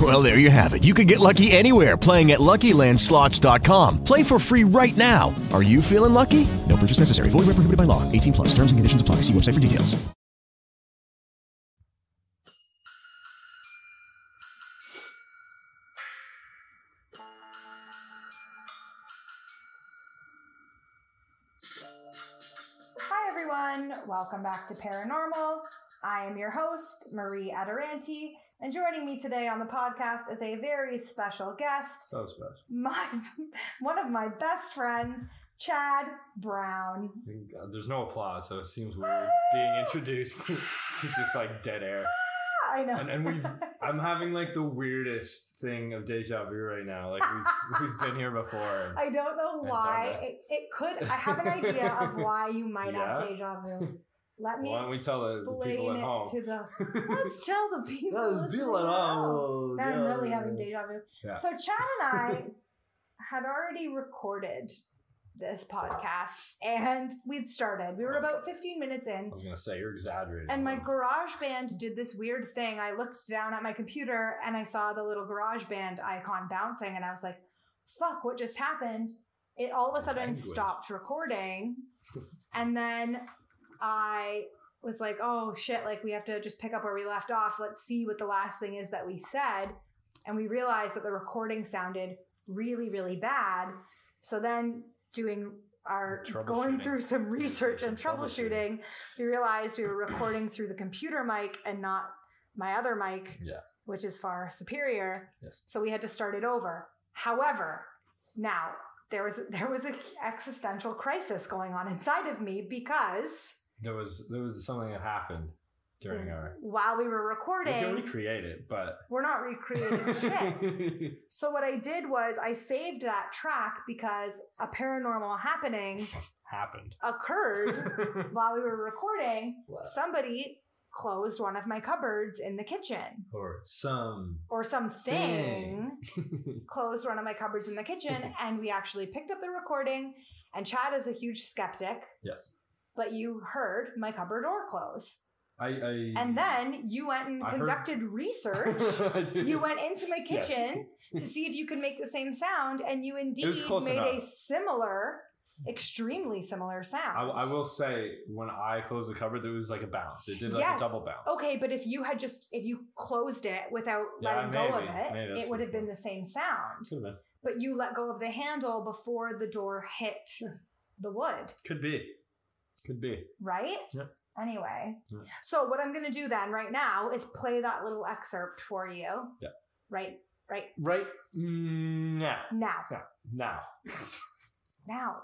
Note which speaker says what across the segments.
Speaker 1: Well, there you have it. You can get lucky anywhere playing at LuckyLandSlots.com. Play for free right now. Are you feeling lucky? No purchase necessary. Void where prohibited by law. 18 plus. Terms and conditions apply. See website for details.
Speaker 2: Hi, everyone. Welcome back to Paranormal. I am your host, Marie Adoranti, and joining me today on the podcast is a very special guest,
Speaker 3: So special.
Speaker 2: my one of my best friends, Chad Brown.
Speaker 3: I think, uh, There's no applause, so it seems weird being introduced to just like dead air.
Speaker 2: Ah, I know.
Speaker 3: And, and we've, I'm having like the weirdest thing of deja vu right now. Like we've, we've been here before.
Speaker 2: I don't know
Speaker 3: And
Speaker 2: why
Speaker 3: dumbass.
Speaker 2: it, it could. I have an idea of why you might have
Speaker 3: Yeah?
Speaker 2: deja vu. Let me
Speaker 3: Why don't we tell the, the
Speaker 2: explain
Speaker 3: people at
Speaker 2: it
Speaker 3: home?
Speaker 2: to the. Let's tell the people. listening at home. Now I'm really having deja vu.
Speaker 3: oh, Yeah.
Speaker 2: So Chad and I had already recorded this podcast and we'd started. We were about 15 minutes
Speaker 3: I
Speaker 2: in.
Speaker 3: was gonna say you're exaggerating.
Speaker 2: And my garage band did this weird thing. I looked down at my computer and I saw the little garage band icon bouncing and I was like, fuck, what just happened? It all of a sudden
Speaker 3: Language.
Speaker 2: stopped recording. and then I was like, oh shit, like we have to just pick up where we left off. Let's see what the last thing is that we said. And we realized that the recording sounded really, really bad. So then doing our going
Speaker 3: Troubleshooting.
Speaker 2: through some research and
Speaker 3: Some
Speaker 2: troubleshooting,
Speaker 3: troubleshooting.
Speaker 2: we realized we were recording through the computer mic and not my other mic,
Speaker 3: Yeah.
Speaker 2: which is far superior.
Speaker 3: Yes.
Speaker 2: So we had to start it over. However, now there was there was an existential crisis going on inside of me because
Speaker 3: There was there was something that happened during our.
Speaker 2: while we were
Speaker 3: We can
Speaker 2: recording,
Speaker 3: recreate it, but.
Speaker 2: we're not recreating shit. So what I did was I saved that track because a paranormal happening
Speaker 3: happened.
Speaker 2: occurred while we were recording.
Speaker 3: Wow.
Speaker 2: Somebody closed one of my cupboards in the kitchen,
Speaker 3: or some.
Speaker 2: or something
Speaker 3: Thing.
Speaker 2: closed one of my cupboards in the kitchen, and we actually picked up the recording. And Chad is a huge skeptic,
Speaker 3: yes.
Speaker 2: but you heard my cupboard door close,
Speaker 3: I. I
Speaker 2: and then you went and
Speaker 3: I heard-
Speaker 2: conducted research.
Speaker 3: I did.
Speaker 2: You went into my
Speaker 3: Yes.
Speaker 2: kitchen to see if you could make the same sound, and you indeed
Speaker 3: close
Speaker 2: made a
Speaker 3: enough.
Speaker 2: similar, extremely similar sound.
Speaker 3: I, I will say when I closed the cupboard, there was like a bounce. It did like a double bounce.
Speaker 2: Okay, but if you had just if you closed it without
Speaker 3: Yeah,
Speaker 2: letting go of
Speaker 3: maybe.
Speaker 2: it,
Speaker 3: Maybe that's
Speaker 2: it would have
Speaker 3: what-
Speaker 2: been the same sound.
Speaker 3: Could, have been.
Speaker 2: But you let go of the handle before the door hit the wood,
Speaker 3: Could be. Could be.
Speaker 2: right?
Speaker 3: Yeah.
Speaker 2: Anyway.
Speaker 3: Yeah.
Speaker 2: So what I'm gonna do then right now is play that little excerpt for you.
Speaker 3: Yeah.
Speaker 2: Right right
Speaker 3: Right now.
Speaker 2: now.
Speaker 3: Now.
Speaker 2: now.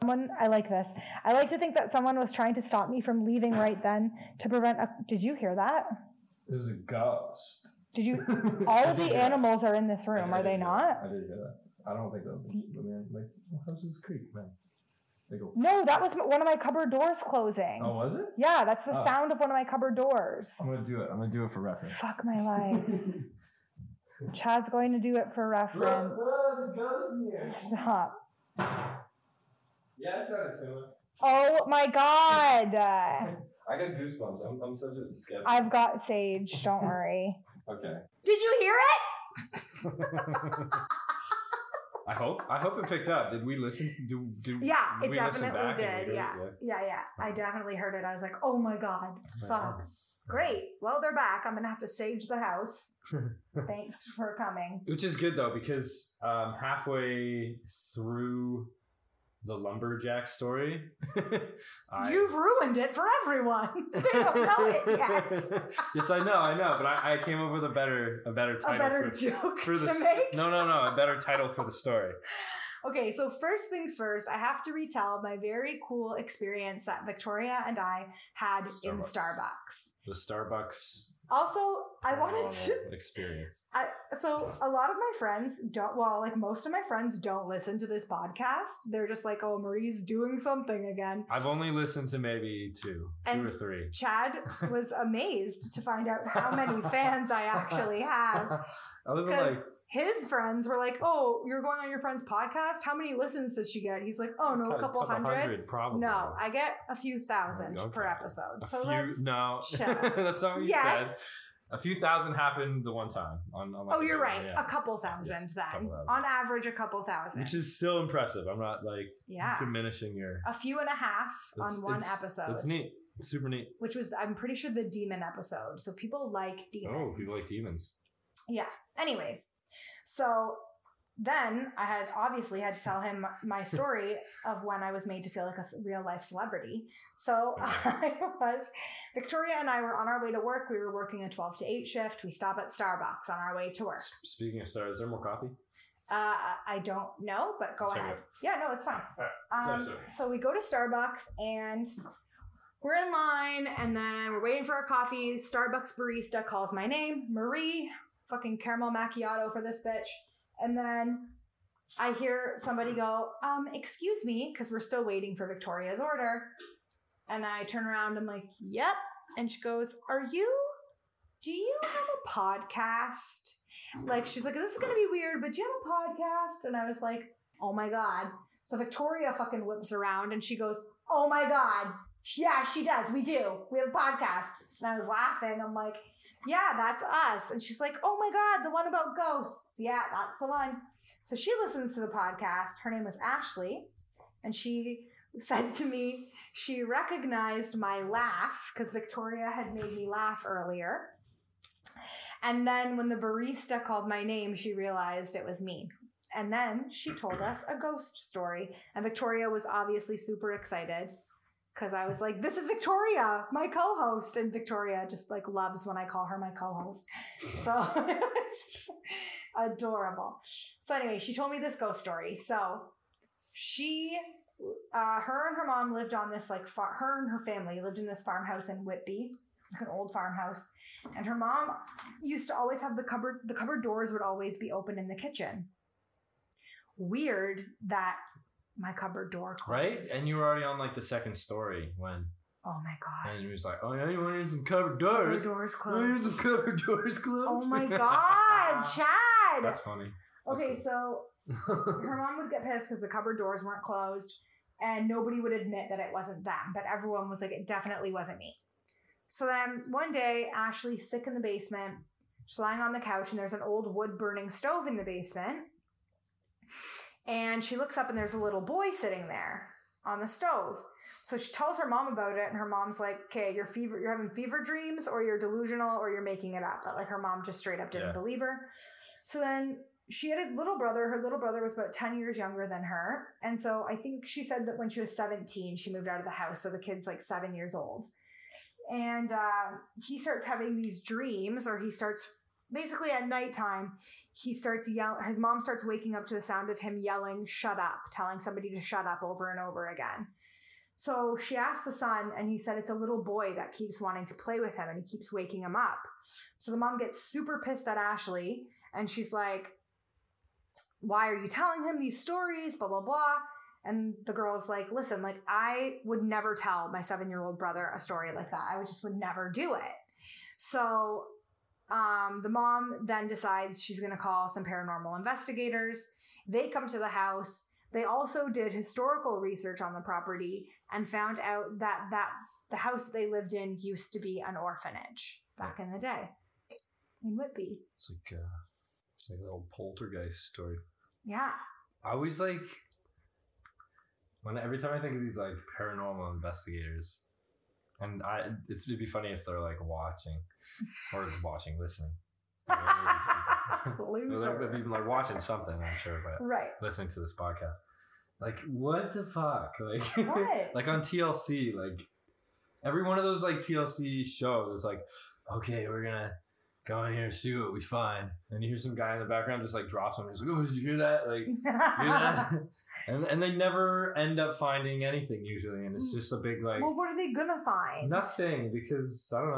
Speaker 2: Someone, I like this. I like to think that someone was trying to stop me from leaving right then to prevent. A, did you hear that?
Speaker 3: There's a ghost.
Speaker 2: Did you? All of the animals are in this room, are they not?
Speaker 3: did hear that. I don't think that was man. Like, how's this creek, man? They go,
Speaker 2: No, that was m- one of my cupboard doors closing.
Speaker 3: Oh, was it?
Speaker 2: Yeah, that's the
Speaker 3: Oh.
Speaker 2: sound of one of my cupboard doors.
Speaker 3: gonna do it. I'm gonna do it for reference.
Speaker 2: Fuck my life. Chad's going to do it for reference. Stop.
Speaker 3: Yeah, it's not a similar.
Speaker 2: Oh my god.
Speaker 3: I got goosebumps. I'm, I'm such a skeptic.
Speaker 2: I've got Sage, don't worry.
Speaker 3: Okay.
Speaker 2: Did you hear it?
Speaker 3: I hope. I hope it picked up. Did we listen? To, do do?
Speaker 2: Yeah,
Speaker 3: did
Speaker 2: it
Speaker 3: we listen
Speaker 2: definitely
Speaker 3: back and
Speaker 2: did.
Speaker 3: read it?
Speaker 2: Yeah. yeah, yeah, I definitely heard it. I was like, oh my god, fuck. Great. Well, they're back. I'm gonna have to sage the house. Thanks for coming.
Speaker 3: Which is good though, because um, halfway through the lumberjack story, I,
Speaker 2: You've ruined it for everyone. they don't know it yet.
Speaker 3: yes, I know, I know, but I, I came up with a better, a better title,
Speaker 2: A better
Speaker 3: for,
Speaker 2: joke
Speaker 3: for the
Speaker 2: to
Speaker 3: s-
Speaker 2: make.
Speaker 3: no, no, no, a better title for the story.
Speaker 2: Okay, so first things first, I have to retell my very cool experience that Victoria and I had in
Speaker 3: Starbucks.
Speaker 2: Starbucks.
Speaker 3: The Starbucks
Speaker 2: Also, I wanted to.
Speaker 3: Paranormal experience.
Speaker 2: I, so a lot of my friends don't well like most of my friends don't listen to this podcast they're just like oh marie's doing something again
Speaker 3: I've only listened to maybe two,
Speaker 2: And-
Speaker 3: two or three.
Speaker 2: chad was amazed to find out how many fans i actually have
Speaker 3: I was
Speaker 2: because
Speaker 3: like,
Speaker 2: his friends were like oh you're going on your friend's podcast how many listens did she get he's like oh no a
Speaker 3: cut-
Speaker 2: couple
Speaker 3: cut the
Speaker 2: hundred
Speaker 3: probably.
Speaker 2: no i get a few thousand per
Speaker 3: Oh, Okay.
Speaker 2: episode
Speaker 3: A
Speaker 2: so
Speaker 3: few,
Speaker 2: that's
Speaker 3: no,
Speaker 2: Shut
Speaker 3: that's not what you
Speaker 2: Yes.
Speaker 3: said. A few thousand happened the one time on. on like
Speaker 2: oh
Speaker 3: a
Speaker 2: you're
Speaker 3: regular,
Speaker 2: right
Speaker 3: yeah.
Speaker 2: a couple thousand
Speaker 3: Yes,
Speaker 2: then
Speaker 3: couple thousand.
Speaker 2: on average a couple thousand
Speaker 3: Which is still impressive. I'm not like
Speaker 2: yeah
Speaker 3: diminishing your.
Speaker 2: a few and a half
Speaker 3: It's-
Speaker 2: on one
Speaker 3: it's-
Speaker 2: episode
Speaker 3: It's neat. It's super neat.
Speaker 2: which was I'm pretty sure the demon episode. So people like demons.
Speaker 3: Oh, people like demons.
Speaker 2: Yeah. Anyways, so then I had obviously had to tell him my story of when I was made to feel like a s- real life celebrity. So I was Victoria and I were on our way to work. We were working a 12 to 8 shift. We stop at Starbucks on our way to work.
Speaker 3: S- Speaking of stars, is there more coffee?
Speaker 2: Uh, I don't know, but go
Speaker 3: Check
Speaker 2: ahead.
Speaker 3: it.
Speaker 2: Yeah, no, it's fine.
Speaker 3: All Sorry,
Speaker 2: Um,
Speaker 3: sorry.
Speaker 2: so we go to Starbucks and we're in line, and then we're waiting for our coffee. Starbucks barista calls my name, Marie, fucking caramel macchiato for this bitch. And then I hear somebody go, um, Excuse me, because we're still waiting for Victoria's order. And I turn around, I'm like, Yep. And she goes, Are you, do you have a podcast? Like, she's like, This is going to be weird, but do you have a podcast? And I was like, Oh my God. So Victoria fucking whips around and she goes, Oh my God. Yeah, she does. We do. We have a podcast. And I was laughing. I'm like, Yeah, that's us. And she's like, Oh my God, the one about ghosts. Yeah, that's the one. So she listens to the podcast. Her name is Ashley. And she said to me, She recognized my laugh because Victoria had made me laugh earlier. And then when the barista called my name, she realized it was me. And then she told us a ghost story. And Victoria was obviously super excited because I was like, this is Victoria, my co host. And Victoria just like loves when I call her my co host. So it was adorable. So, anyway, she told me this ghost story. So she, uh, her and her mom lived on this like far- her and her family lived in this farmhouse in Whitby, like an old farmhouse. And her mom used to always have the cupboard, the cupboard doors would always be open in the kitchen weird that my cupboard door
Speaker 3: Right?
Speaker 2: closed.
Speaker 3: And you were already on like the second story when,
Speaker 2: oh my god,
Speaker 3: and he was like, "Oh, anyone needs some
Speaker 2: Cupboard
Speaker 3: covered doors?
Speaker 2: doors
Speaker 3: Anyone needs
Speaker 2: closed.
Speaker 3: some covered doors closed?"
Speaker 2: Oh my god, Chad!
Speaker 3: That's funny. that's
Speaker 2: okay,
Speaker 3: cool.
Speaker 2: so her mom would get pissed because the cupboard doors weren't closed and nobody would admit that it wasn't them but everyone was like it definitely wasn't me so then one day ashley's sick in the basement she's lying on the couch and there's an old wood burning stove in the basement and she looks up and there's a little boy sitting there on the stove so she tells her mom about it and her mom's like okay you're fever you're having fever dreams or you're delusional or you're making it up but like her mom just straight up didn't
Speaker 3: Yeah.
Speaker 2: believe her so then she had a little brother. Her little brother was about 10 years younger than her. And so I think she said that when she was 17, she moved out of the house. So the kid's like seven years old. And uh, he starts having these dreams, or he starts basically at nighttime, he starts yelling. His mom starts waking up to the sound of him yelling, shut up, telling somebody to shut up over and over again. So she asked the son, and he said it's a little boy that keeps wanting to play with him and he keeps waking him up. So the mom gets super pissed at Ashley and she's like, why are you telling him these stories? Blah, blah, blah. And the girl's like, listen, like I would never tell my seven year old brother a story like that. I would just would never do it. So um, the mom then decides she's going to call some paranormal investigators. They come to the house. They also did historical research on the property and found out that that the house that they lived in used to be an orphanage back in the day in Whitby.
Speaker 3: It's like uh, it's like a little poltergeist story.
Speaker 2: Yeah.
Speaker 3: I always like when every time I think of these like paranormal investigators, and I it's, it'd be funny if they're like watching or watching, listening. You know, they're, like- they're
Speaker 2: Loser.
Speaker 3: even like watching something, I'm sure, but
Speaker 2: Right.
Speaker 3: listening to this podcast. Like what the fuck? Like
Speaker 2: What?
Speaker 3: like on TLC, like every one of those like TLC shows is like, okay, we're gonna go in here and see what we find. And you hear some guy in the background just like drops something. He's like, oh, did you hear that? Like, hear that? and and they never end up finding anything usually, and it's just a big like
Speaker 2: well, what are they gonna find?
Speaker 3: nothing because I don't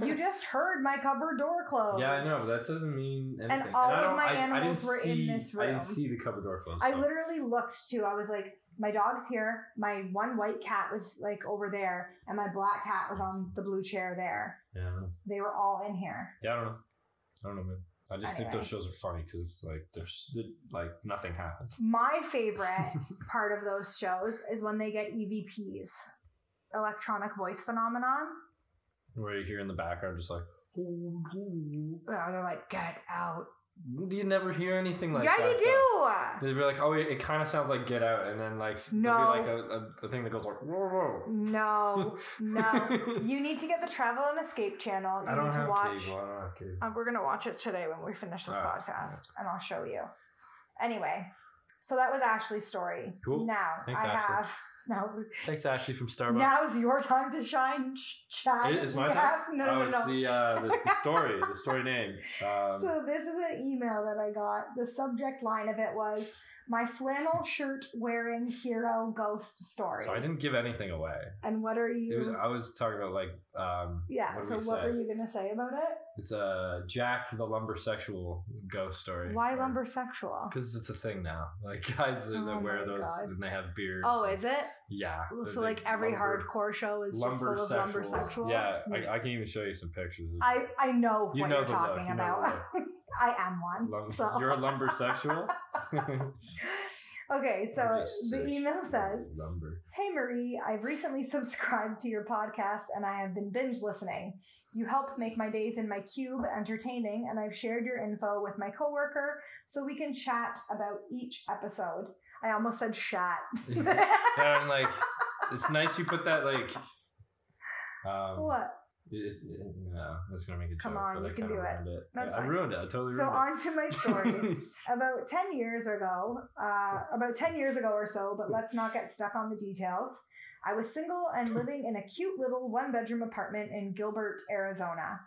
Speaker 3: know.
Speaker 2: You just heard my cupboard door close.
Speaker 3: yeah, I know, but that doesn't mean anything.
Speaker 2: all
Speaker 3: I
Speaker 2: of
Speaker 3: don't-
Speaker 2: my
Speaker 3: I- I didn't
Speaker 2: animals were in
Speaker 3: see-
Speaker 2: this
Speaker 3: I
Speaker 2: room.
Speaker 3: didn't see the cupboard door closed.
Speaker 2: I
Speaker 3: so-
Speaker 2: literally looked too. I was like, my dog's here. My one white cat was like over there, and my black cat was on the blue chair there.
Speaker 3: yeah, I don't know.
Speaker 2: They were all in here.
Speaker 3: yeah, I don't know. I don't know, man. I just think
Speaker 2: Anyway.
Speaker 3: those shows are funny because like there's like nothing happens.
Speaker 2: My favorite part of those shows is when they get EVPs, electronic voice phenomenon.
Speaker 3: Where you hear in the background just like you
Speaker 2: Oh, they're like, get out.
Speaker 3: never hear anything like
Speaker 2: yeah,
Speaker 3: that.
Speaker 2: you
Speaker 3: though.
Speaker 2: do.
Speaker 3: They'd be like, oh, it, it kind of sounds like Get Out, and then like s- there'll
Speaker 2: No.
Speaker 3: be like a, a, a thing that goes like, whoa, whoa.
Speaker 2: No, no. you need to get the Travel and Escape channel. You
Speaker 3: I don't
Speaker 2: need to
Speaker 3: have
Speaker 2: watch.
Speaker 3: cable. I don't have cable.
Speaker 2: Uh, we're gonna watch it today when we finish this
Speaker 3: Oh,
Speaker 2: podcast, and I'll show you. Anyway, so that was Ashley's story.
Speaker 3: Cool.
Speaker 2: Now
Speaker 3: Thanks,
Speaker 2: I
Speaker 3: Ashley.
Speaker 2: have now
Speaker 3: Thanks, Ashley from Starbucks.
Speaker 2: now's your time to shine, Ch- Chad.
Speaker 3: It- it's my
Speaker 2: You
Speaker 3: time.
Speaker 2: have- No,
Speaker 3: oh,
Speaker 2: no,
Speaker 3: it's
Speaker 2: no.
Speaker 3: the, uh, the the story, the story name. Um,
Speaker 2: so this is an email that I got. The subject line of it was my flannel shirt wearing hero ghost story.
Speaker 3: so I didn't give anything away.
Speaker 2: and what are
Speaker 3: It
Speaker 2: you?
Speaker 3: was, I was talking about like um,
Speaker 2: yeah.
Speaker 3: What did
Speaker 2: so
Speaker 3: we
Speaker 2: what
Speaker 3: say?
Speaker 2: were you gonna say about it?
Speaker 3: It's a Jack the lumbersexual ghost story.
Speaker 2: Why lumbersexual?
Speaker 3: Because it's a thing now. Like guys that, that
Speaker 2: Oh
Speaker 3: wear
Speaker 2: my
Speaker 3: those
Speaker 2: God.
Speaker 3: and they have beards.
Speaker 2: Oh,
Speaker 3: and-
Speaker 2: is it?
Speaker 3: Yeah.
Speaker 2: So like every
Speaker 3: hardcore.
Speaker 2: hardcore show is just full of
Speaker 3: Lumbersexuals.
Speaker 2: lumbersexuals.
Speaker 3: Yeah, I, I can even show you some pictures. of-
Speaker 2: I I know
Speaker 3: You
Speaker 2: what
Speaker 3: know
Speaker 2: you're
Speaker 3: the look,
Speaker 2: talking
Speaker 3: you know
Speaker 2: about. I am one.
Speaker 3: Lum-
Speaker 2: so
Speaker 3: You're a lumbersexual.
Speaker 2: okay, so
Speaker 3: I'm just
Speaker 2: the
Speaker 3: sex-
Speaker 2: email says,
Speaker 3: lumber.
Speaker 2: "Hey Marie, I've recently subscribed to your podcast and I have been binge listening. You help make my days in my cube entertaining, and I've shared your info with my coworker so we can chat about each episode." I almost said chat.
Speaker 3: And I'm like, it's nice you put that like. Um,
Speaker 2: what?
Speaker 3: It, it, it- no, I was gonna make a
Speaker 2: Come
Speaker 3: joke,
Speaker 2: on,
Speaker 3: but
Speaker 2: you
Speaker 3: I
Speaker 2: can
Speaker 3: kinda
Speaker 2: do it.
Speaker 3: ruined it.
Speaker 2: That's
Speaker 3: I, I
Speaker 2: fine.
Speaker 3: ruined it. I totally
Speaker 2: So
Speaker 3: ruined
Speaker 2: on to my
Speaker 3: it.
Speaker 2: story. about 10 years ago uh, about 10 years ago or so but let's not get stuck on the details i was single and living in a cute little one bedroom apartment in gilbert arizona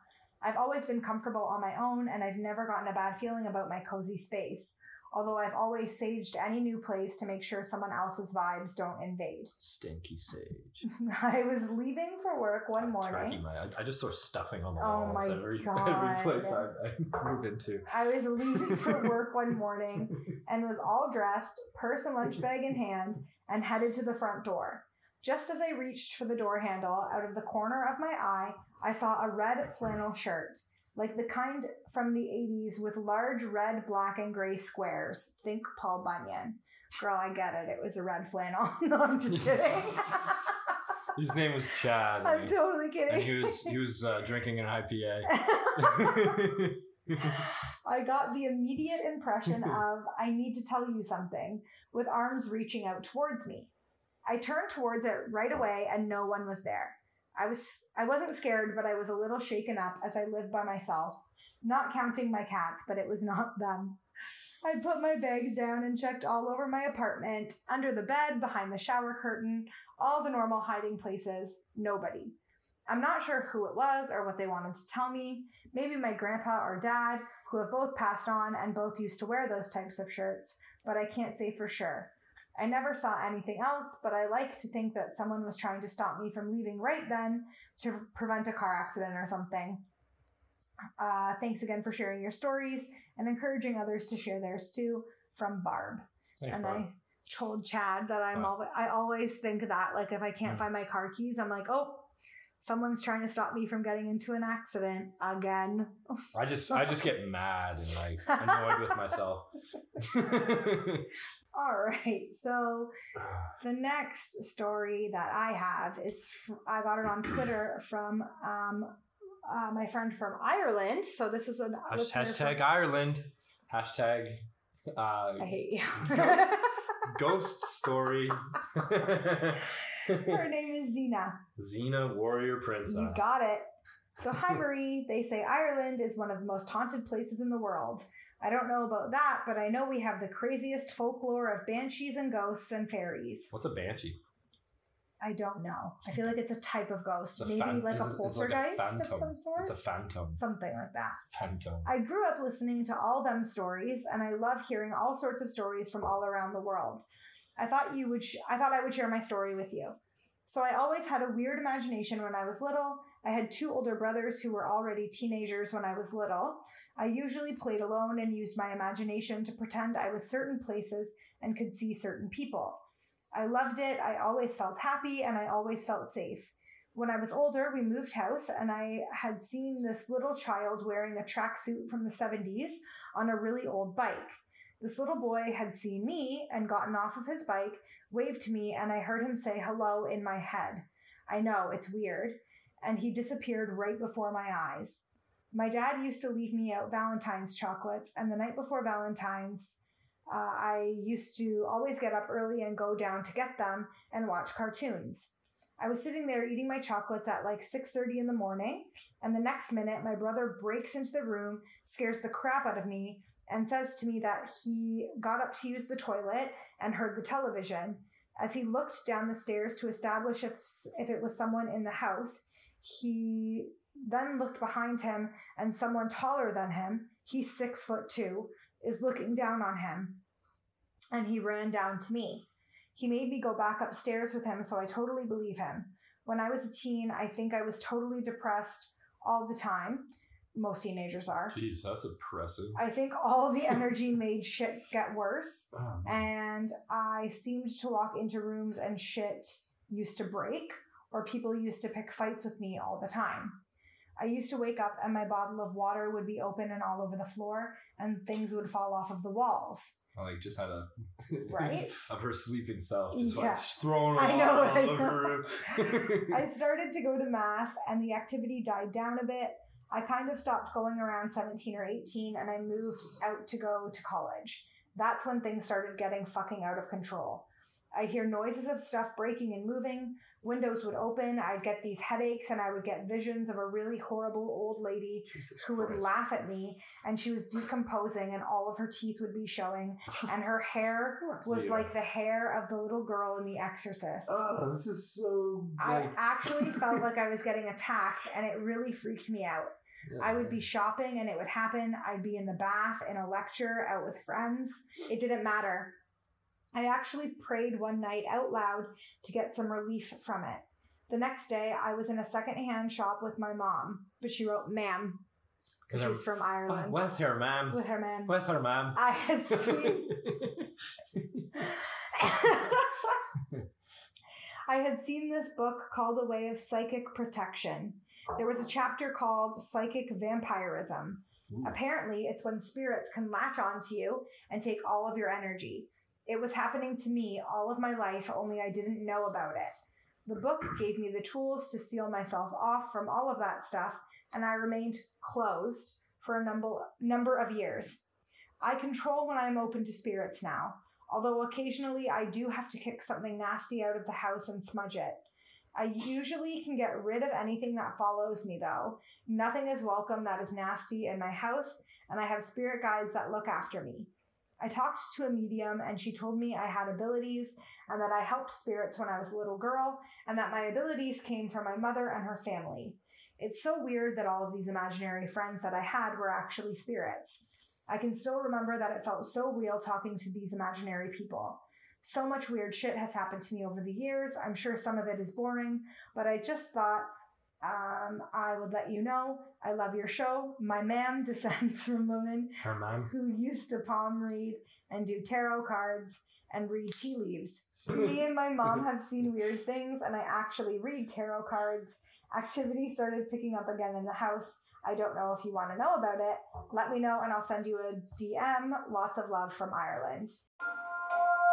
Speaker 2: i've always been comfortable on my own and i've never gotten a bad feeling about my cozy space although i've always saged any new place to make sure someone else's vibes don't invade
Speaker 3: Stinky sage.
Speaker 2: i was leaving for work one
Speaker 3: Uh, turkey,
Speaker 2: morning
Speaker 3: my- I, I just throw stuffing on the
Speaker 2: Oh
Speaker 3: walls
Speaker 2: my
Speaker 3: every,
Speaker 2: God.
Speaker 3: every place I, I move into.
Speaker 2: I was leaving for work one morning and was all dressed, purse and lunch bag in hand, and headed to the front door. Just as I reached for the door handle, out of the corner of my eye, I saw a red flannel shirt, like the kind from the 80s with large red, black, and gray squares. Think Paul Bunyan. Girl, I get it. It was a red flannel. no, I'm just kidding.
Speaker 3: His name was Chad.
Speaker 2: I'm
Speaker 3: and he-
Speaker 2: totally
Speaker 3: and he
Speaker 2: kidding.
Speaker 3: was he was uh, drinking an IPA.
Speaker 2: I got the immediate impression of, I need to tell you something, with arms reaching out towards me. I turned towards it right away and no one was there. I was I wasn't scared, but I was a little shaken up as I lived by myself, not counting my cats, but it was not them. I put my bags down and checked all over my apartment, under the bed, behind the shower curtain, all the normal hiding places, nobody. I'm not sure who it was or what they wanted to tell me. Maybe my grandpa or dad, who have both passed on and both used to wear those types of shirts, but I can't say for sure. I never saw anything else, but I like to think that someone was trying to stop me from leaving right then to prevent a car accident or something. Uh, thanks again for sharing your stories and encouraging others to share theirs too. From Barb
Speaker 3: Thanks,
Speaker 2: and
Speaker 3: bro.
Speaker 2: I told Chad that I'm
Speaker 3: Wow.
Speaker 2: always I always think that like if I can't
Speaker 3: Mm.
Speaker 2: find my car keys, I'm like, oh, someone's trying to stop me from getting into an accident again.
Speaker 3: I just I just get mad and like annoyed with myself.
Speaker 2: All right, so the next story that I have is fr- I got it on Twitter from um, uh, my friend from Ireland. So this is an
Speaker 3: Hash-
Speaker 2: listener from-
Speaker 3: hashtag Ireland. Hashtag uh,
Speaker 2: I hate you.
Speaker 3: Ghost. ghost story.
Speaker 2: Her name is Zena.
Speaker 3: Xena warrior princess.
Speaker 2: You got it. So, hi, Marie. they say Ireland is one of the most haunted places in the world. I don't know about that, but I know we have the craziest folklore of banshees and ghosts and fairies.
Speaker 3: What's a banshee?
Speaker 2: I don't know. I feel like it's a type of ghost,
Speaker 3: It's a
Speaker 2: maybe
Speaker 3: fan-
Speaker 2: like a
Speaker 3: it's- it's like a
Speaker 2: poltergeist of
Speaker 3: phantom.
Speaker 2: some sort,
Speaker 3: It's a phantom.
Speaker 2: something like that.
Speaker 3: Phantom.
Speaker 2: I grew up listening to all them stories, and I love hearing all sorts of stories from all around the world. I thought you would. Sh- I thought I would share my story with you. So I always had a weird imagination when I was little. I had two older brothers who were already teenagers when I was little. I usually played alone and used my imagination to pretend I was certain places and could see certain people. I loved it. I always felt happy and I always felt safe. When I was older, we moved house and I had seen this little child wearing a tracksuit from the 70s on a really old bike. This little boy had seen me and gotten off of his bike, waved to me, and I heard him say hello in my head. I know, it's weird. And he disappeared right before my eyes. My dad used to leave me out Valentine's chocolates, and the night before Valentine's, uh, I used to always get up early and go down to get them and watch cartoons. I was sitting there eating my chocolates at like 6:30 in the morning, and the next minute my brother breaks into the room, scares the crap out of me, and says to me that he got up to use the toilet and heard the television. As he looked down the stairs to establish if if it was someone in the house, he then looked behind him and someone taller than him, he's six foot two, is looking down on him. And he ran down to me. He made me go back upstairs with him, so I totally believe him. When I was a teen, I think I was totally depressed all the time. Most teenagers are.
Speaker 3: Jeez, that's oppressive.
Speaker 2: I think all the energy made shit get worse,
Speaker 3: Oh,
Speaker 2: and I seemed to walk into rooms and shit used to break, or people used to pick fights with me all the time. I used to wake up and my bottle of water would be open and all over the floor, and things would fall off of the walls.
Speaker 3: I like just had a
Speaker 2: Right?
Speaker 3: of her sleeping self just
Speaker 2: Yeah.
Speaker 3: like thrown
Speaker 2: I know,
Speaker 3: all
Speaker 2: I
Speaker 3: over her.
Speaker 2: I started to go to mass and the activity died down a bit. I kind of stopped going around 17 or 18 and I moved out to go to college. That's when things started getting fucking out of control. I hear noises of stuff breaking and moving. Windows would open. I'd get these headaches and I would get visions of a really horrible old lady
Speaker 3: Jesus
Speaker 2: who would
Speaker 3: Christ.
Speaker 2: laugh at me and she was decomposing and all of her teeth would be showing and her hair was
Speaker 3: Yeah.
Speaker 2: like the hair of the little girl in The Exorcist.
Speaker 3: Oh, this is so.
Speaker 2: I
Speaker 3: like-
Speaker 2: actually felt like I was getting attacked and it really freaked me out.
Speaker 3: Yeah,
Speaker 2: I would be shopping and it would happen. I'd be in the bath, in a lecture, out with friends. It didn't matter. I actually prayed one night out loud to get some relief from it. The next day, I was in a secondhand shop with my mom, but she wrote ma'am because
Speaker 3: With
Speaker 2: she's from
Speaker 3: her-
Speaker 2: Ireland.
Speaker 3: Ah, With her, ma'am.
Speaker 2: With her ma'am.
Speaker 3: With her, ma'am.
Speaker 2: I had seen I had seen this book called A Way of Psychic Protection. There was a chapter called Psychic Vampirism.
Speaker 3: Ooh.
Speaker 2: Apparently, it's when spirits can latch onto you and take all of your energy. It was happening to me all of my life, only I didn't know about it. The book gave me the tools to seal myself off from all of that stuff, and I remained closed for a number, number of years. I control when I'm open to spirits now, although occasionally I do have to kick something nasty out of the house and smudge it. I usually can get rid of anything that follows me, though. Nothing is welcome that is nasty in my house, and I have spirit guides that look after me. I talked to a medium, and she told me I had abilities and that I helped spirits when I was a little girl, and that my abilities came from my mother and her family. It's so weird that all of these imaginary friends that I had were actually spirits. I can still remember that it felt so real talking to these imaginary people. So much weird shit has happened to me over the years. I'm sure some of it is boring, but I just thought um, I would let you know. I love your show. My ma'am descends from women
Speaker 3: Her, ma'am.
Speaker 2: who used to palm read and do tarot cards and read tea leaves. Me and my mom have seen weird things, and I actually read tarot cards. Activity started picking up again in the house. I don't know if you want to know about it. Let me know, and I'll send you a DM. Lots of love from Ireland.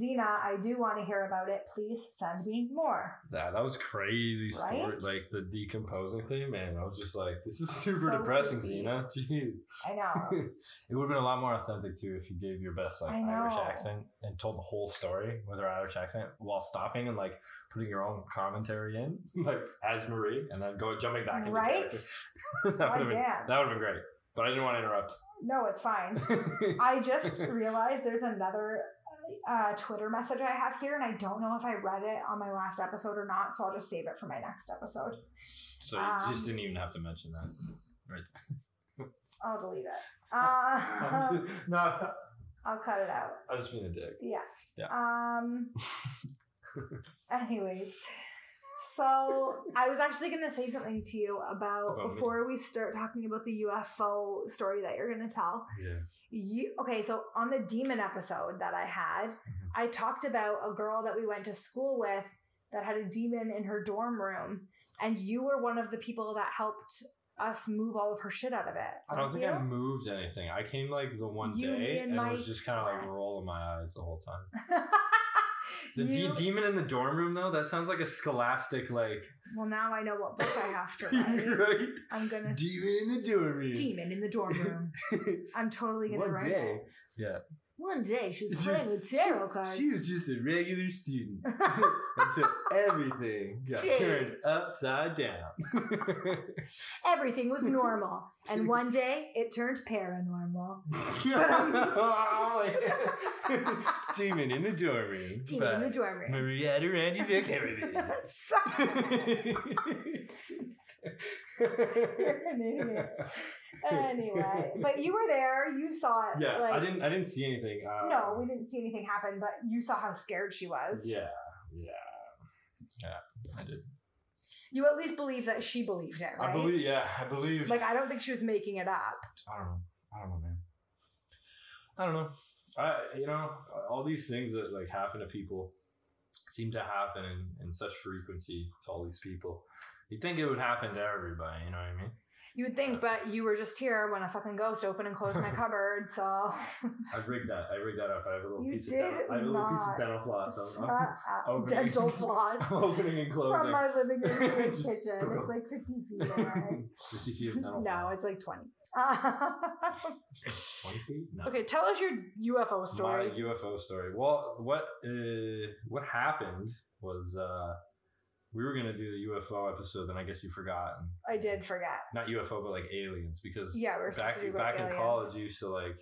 Speaker 2: Xena, I do want to hear about it. Please send me more.
Speaker 3: Yeah, that was crazy story.
Speaker 2: Right?
Speaker 3: Like the decomposing thing, man. I was just like, this is
Speaker 2: So
Speaker 3: super depressing,
Speaker 2: creepy.
Speaker 3: Zena. Jeez.
Speaker 2: I know.
Speaker 3: it would have been a lot more authentic too if you gave your best like
Speaker 2: I
Speaker 3: Irish
Speaker 2: know.
Speaker 3: accent and told the whole story with her Irish accent while stopping and like putting your own commentary in, like as Marie, and then go jumping back into
Speaker 2: Right?
Speaker 3: character. that
Speaker 2: Oh,
Speaker 3: would have been
Speaker 2: damn.
Speaker 3: that would have been great. But I didn't want to interrupt.
Speaker 2: No, it's fine. I just realized there's another uh, Twitter message I have here, and I don't know if I read it on my last episode or not, so I'll just save it for my next episode.
Speaker 3: so you just
Speaker 2: um,
Speaker 3: didn't even have to mention that. Right.
Speaker 2: I'll delete it. Uh,
Speaker 3: no, I
Speaker 2: I'll cut it out.
Speaker 3: was just being a dick.
Speaker 2: Yeah.
Speaker 3: Yeah.
Speaker 2: Um. anyways, so I was actually going to say something to you about
Speaker 3: About me.
Speaker 2: before we start talking about the UFO story that you're going to tell.
Speaker 3: Yeah.
Speaker 2: You okay? So on the demon episode that I had,
Speaker 3: Mm-hmm.
Speaker 2: I talked about a girl that we went to school with that had a demon in her dorm room, and you were one of the people that helped us move all of her shit out of it.
Speaker 3: I don't
Speaker 2: weren't
Speaker 3: think
Speaker 2: you?
Speaker 3: I moved anything. I came like the one
Speaker 2: You, me,
Speaker 3: day
Speaker 2: and
Speaker 3: and
Speaker 2: Mike.
Speaker 3: was just kind of like rolling my eyes the whole time. The de-
Speaker 2: You-
Speaker 3: demon in the dorm room though, that sounds like a scholastic like
Speaker 2: well, now I know what book I have to read.
Speaker 3: right?
Speaker 2: I'm gonna
Speaker 3: Demon in the dorm room.
Speaker 2: demon in the dorm room. I'm totally gonna
Speaker 3: one
Speaker 2: write
Speaker 3: day.
Speaker 2: that.
Speaker 3: Yeah.
Speaker 2: One day she was
Speaker 3: She
Speaker 2: playing
Speaker 3: was-
Speaker 2: with tarot cards.
Speaker 3: She was just a regular student until everything got
Speaker 2: Dude.
Speaker 3: turned upside down.
Speaker 2: Everything was normal, and one day it turned paranormal.
Speaker 3: Demon in the dorm room.
Speaker 2: Demon in the
Speaker 3: by
Speaker 2: dorm room.
Speaker 3: Maria Durandi Zuckerberg.
Speaker 2: Stop. You're an idiot. Anyway, but you were there. You saw it.
Speaker 3: yeah,
Speaker 2: like,
Speaker 3: I didn't. I didn't see anything. Uh,
Speaker 2: No, we didn't see anything happen, but you saw how scared she was.
Speaker 3: Yeah, yeah, yeah. I did.
Speaker 2: You at least believe that she believed it, right?
Speaker 3: I believe. Yeah, I believe.
Speaker 2: Like I don't think she was making it up.
Speaker 3: I don't know. I don't know, man. I don't know. I you know all these things that like happen to people seem to happen in, in such frequency to all these people. You would think it would happen to everybody, you know what I mean?
Speaker 2: You would think, but you were just here when a fucking ghost opened and closed my cupboard, so.
Speaker 3: I rigged that. I rigged that up. I have a little
Speaker 2: You
Speaker 3: piece of
Speaker 2: did
Speaker 3: dental, I have a little piece of
Speaker 2: not.
Speaker 3: dental floss. I'm,
Speaker 2: uh,
Speaker 3: I'm
Speaker 2: uh,
Speaker 3: opening-
Speaker 2: dental floss
Speaker 3: I'm opening and closing.
Speaker 2: from my living room to the
Speaker 3: Oh, Just-
Speaker 2: kitchen. It's like 50 feet away.
Speaker 3: Fifty feet of dental
Speaker 2: no,
Speaker 3: floss.
Speaker 2: it's like 20. Uh,
Speaker 3: twenty feet. No.
Speaker 2: okay, tell us your UFO story.
Speaker 3: My UFO story. Well, what uh, what happened was uh, we were gonna do the UFO episode, and I guess you forgot.
Speaker 2: I did forget.
Speaker 3: Not UFO, but like aliens, because
Speaker 2: Yeah, we were supposed
Speaker 3: back
Speaker 2: to do about
Speaker 3: back in
Speaker 2: aliens.
Speaker 3: college, you used to like.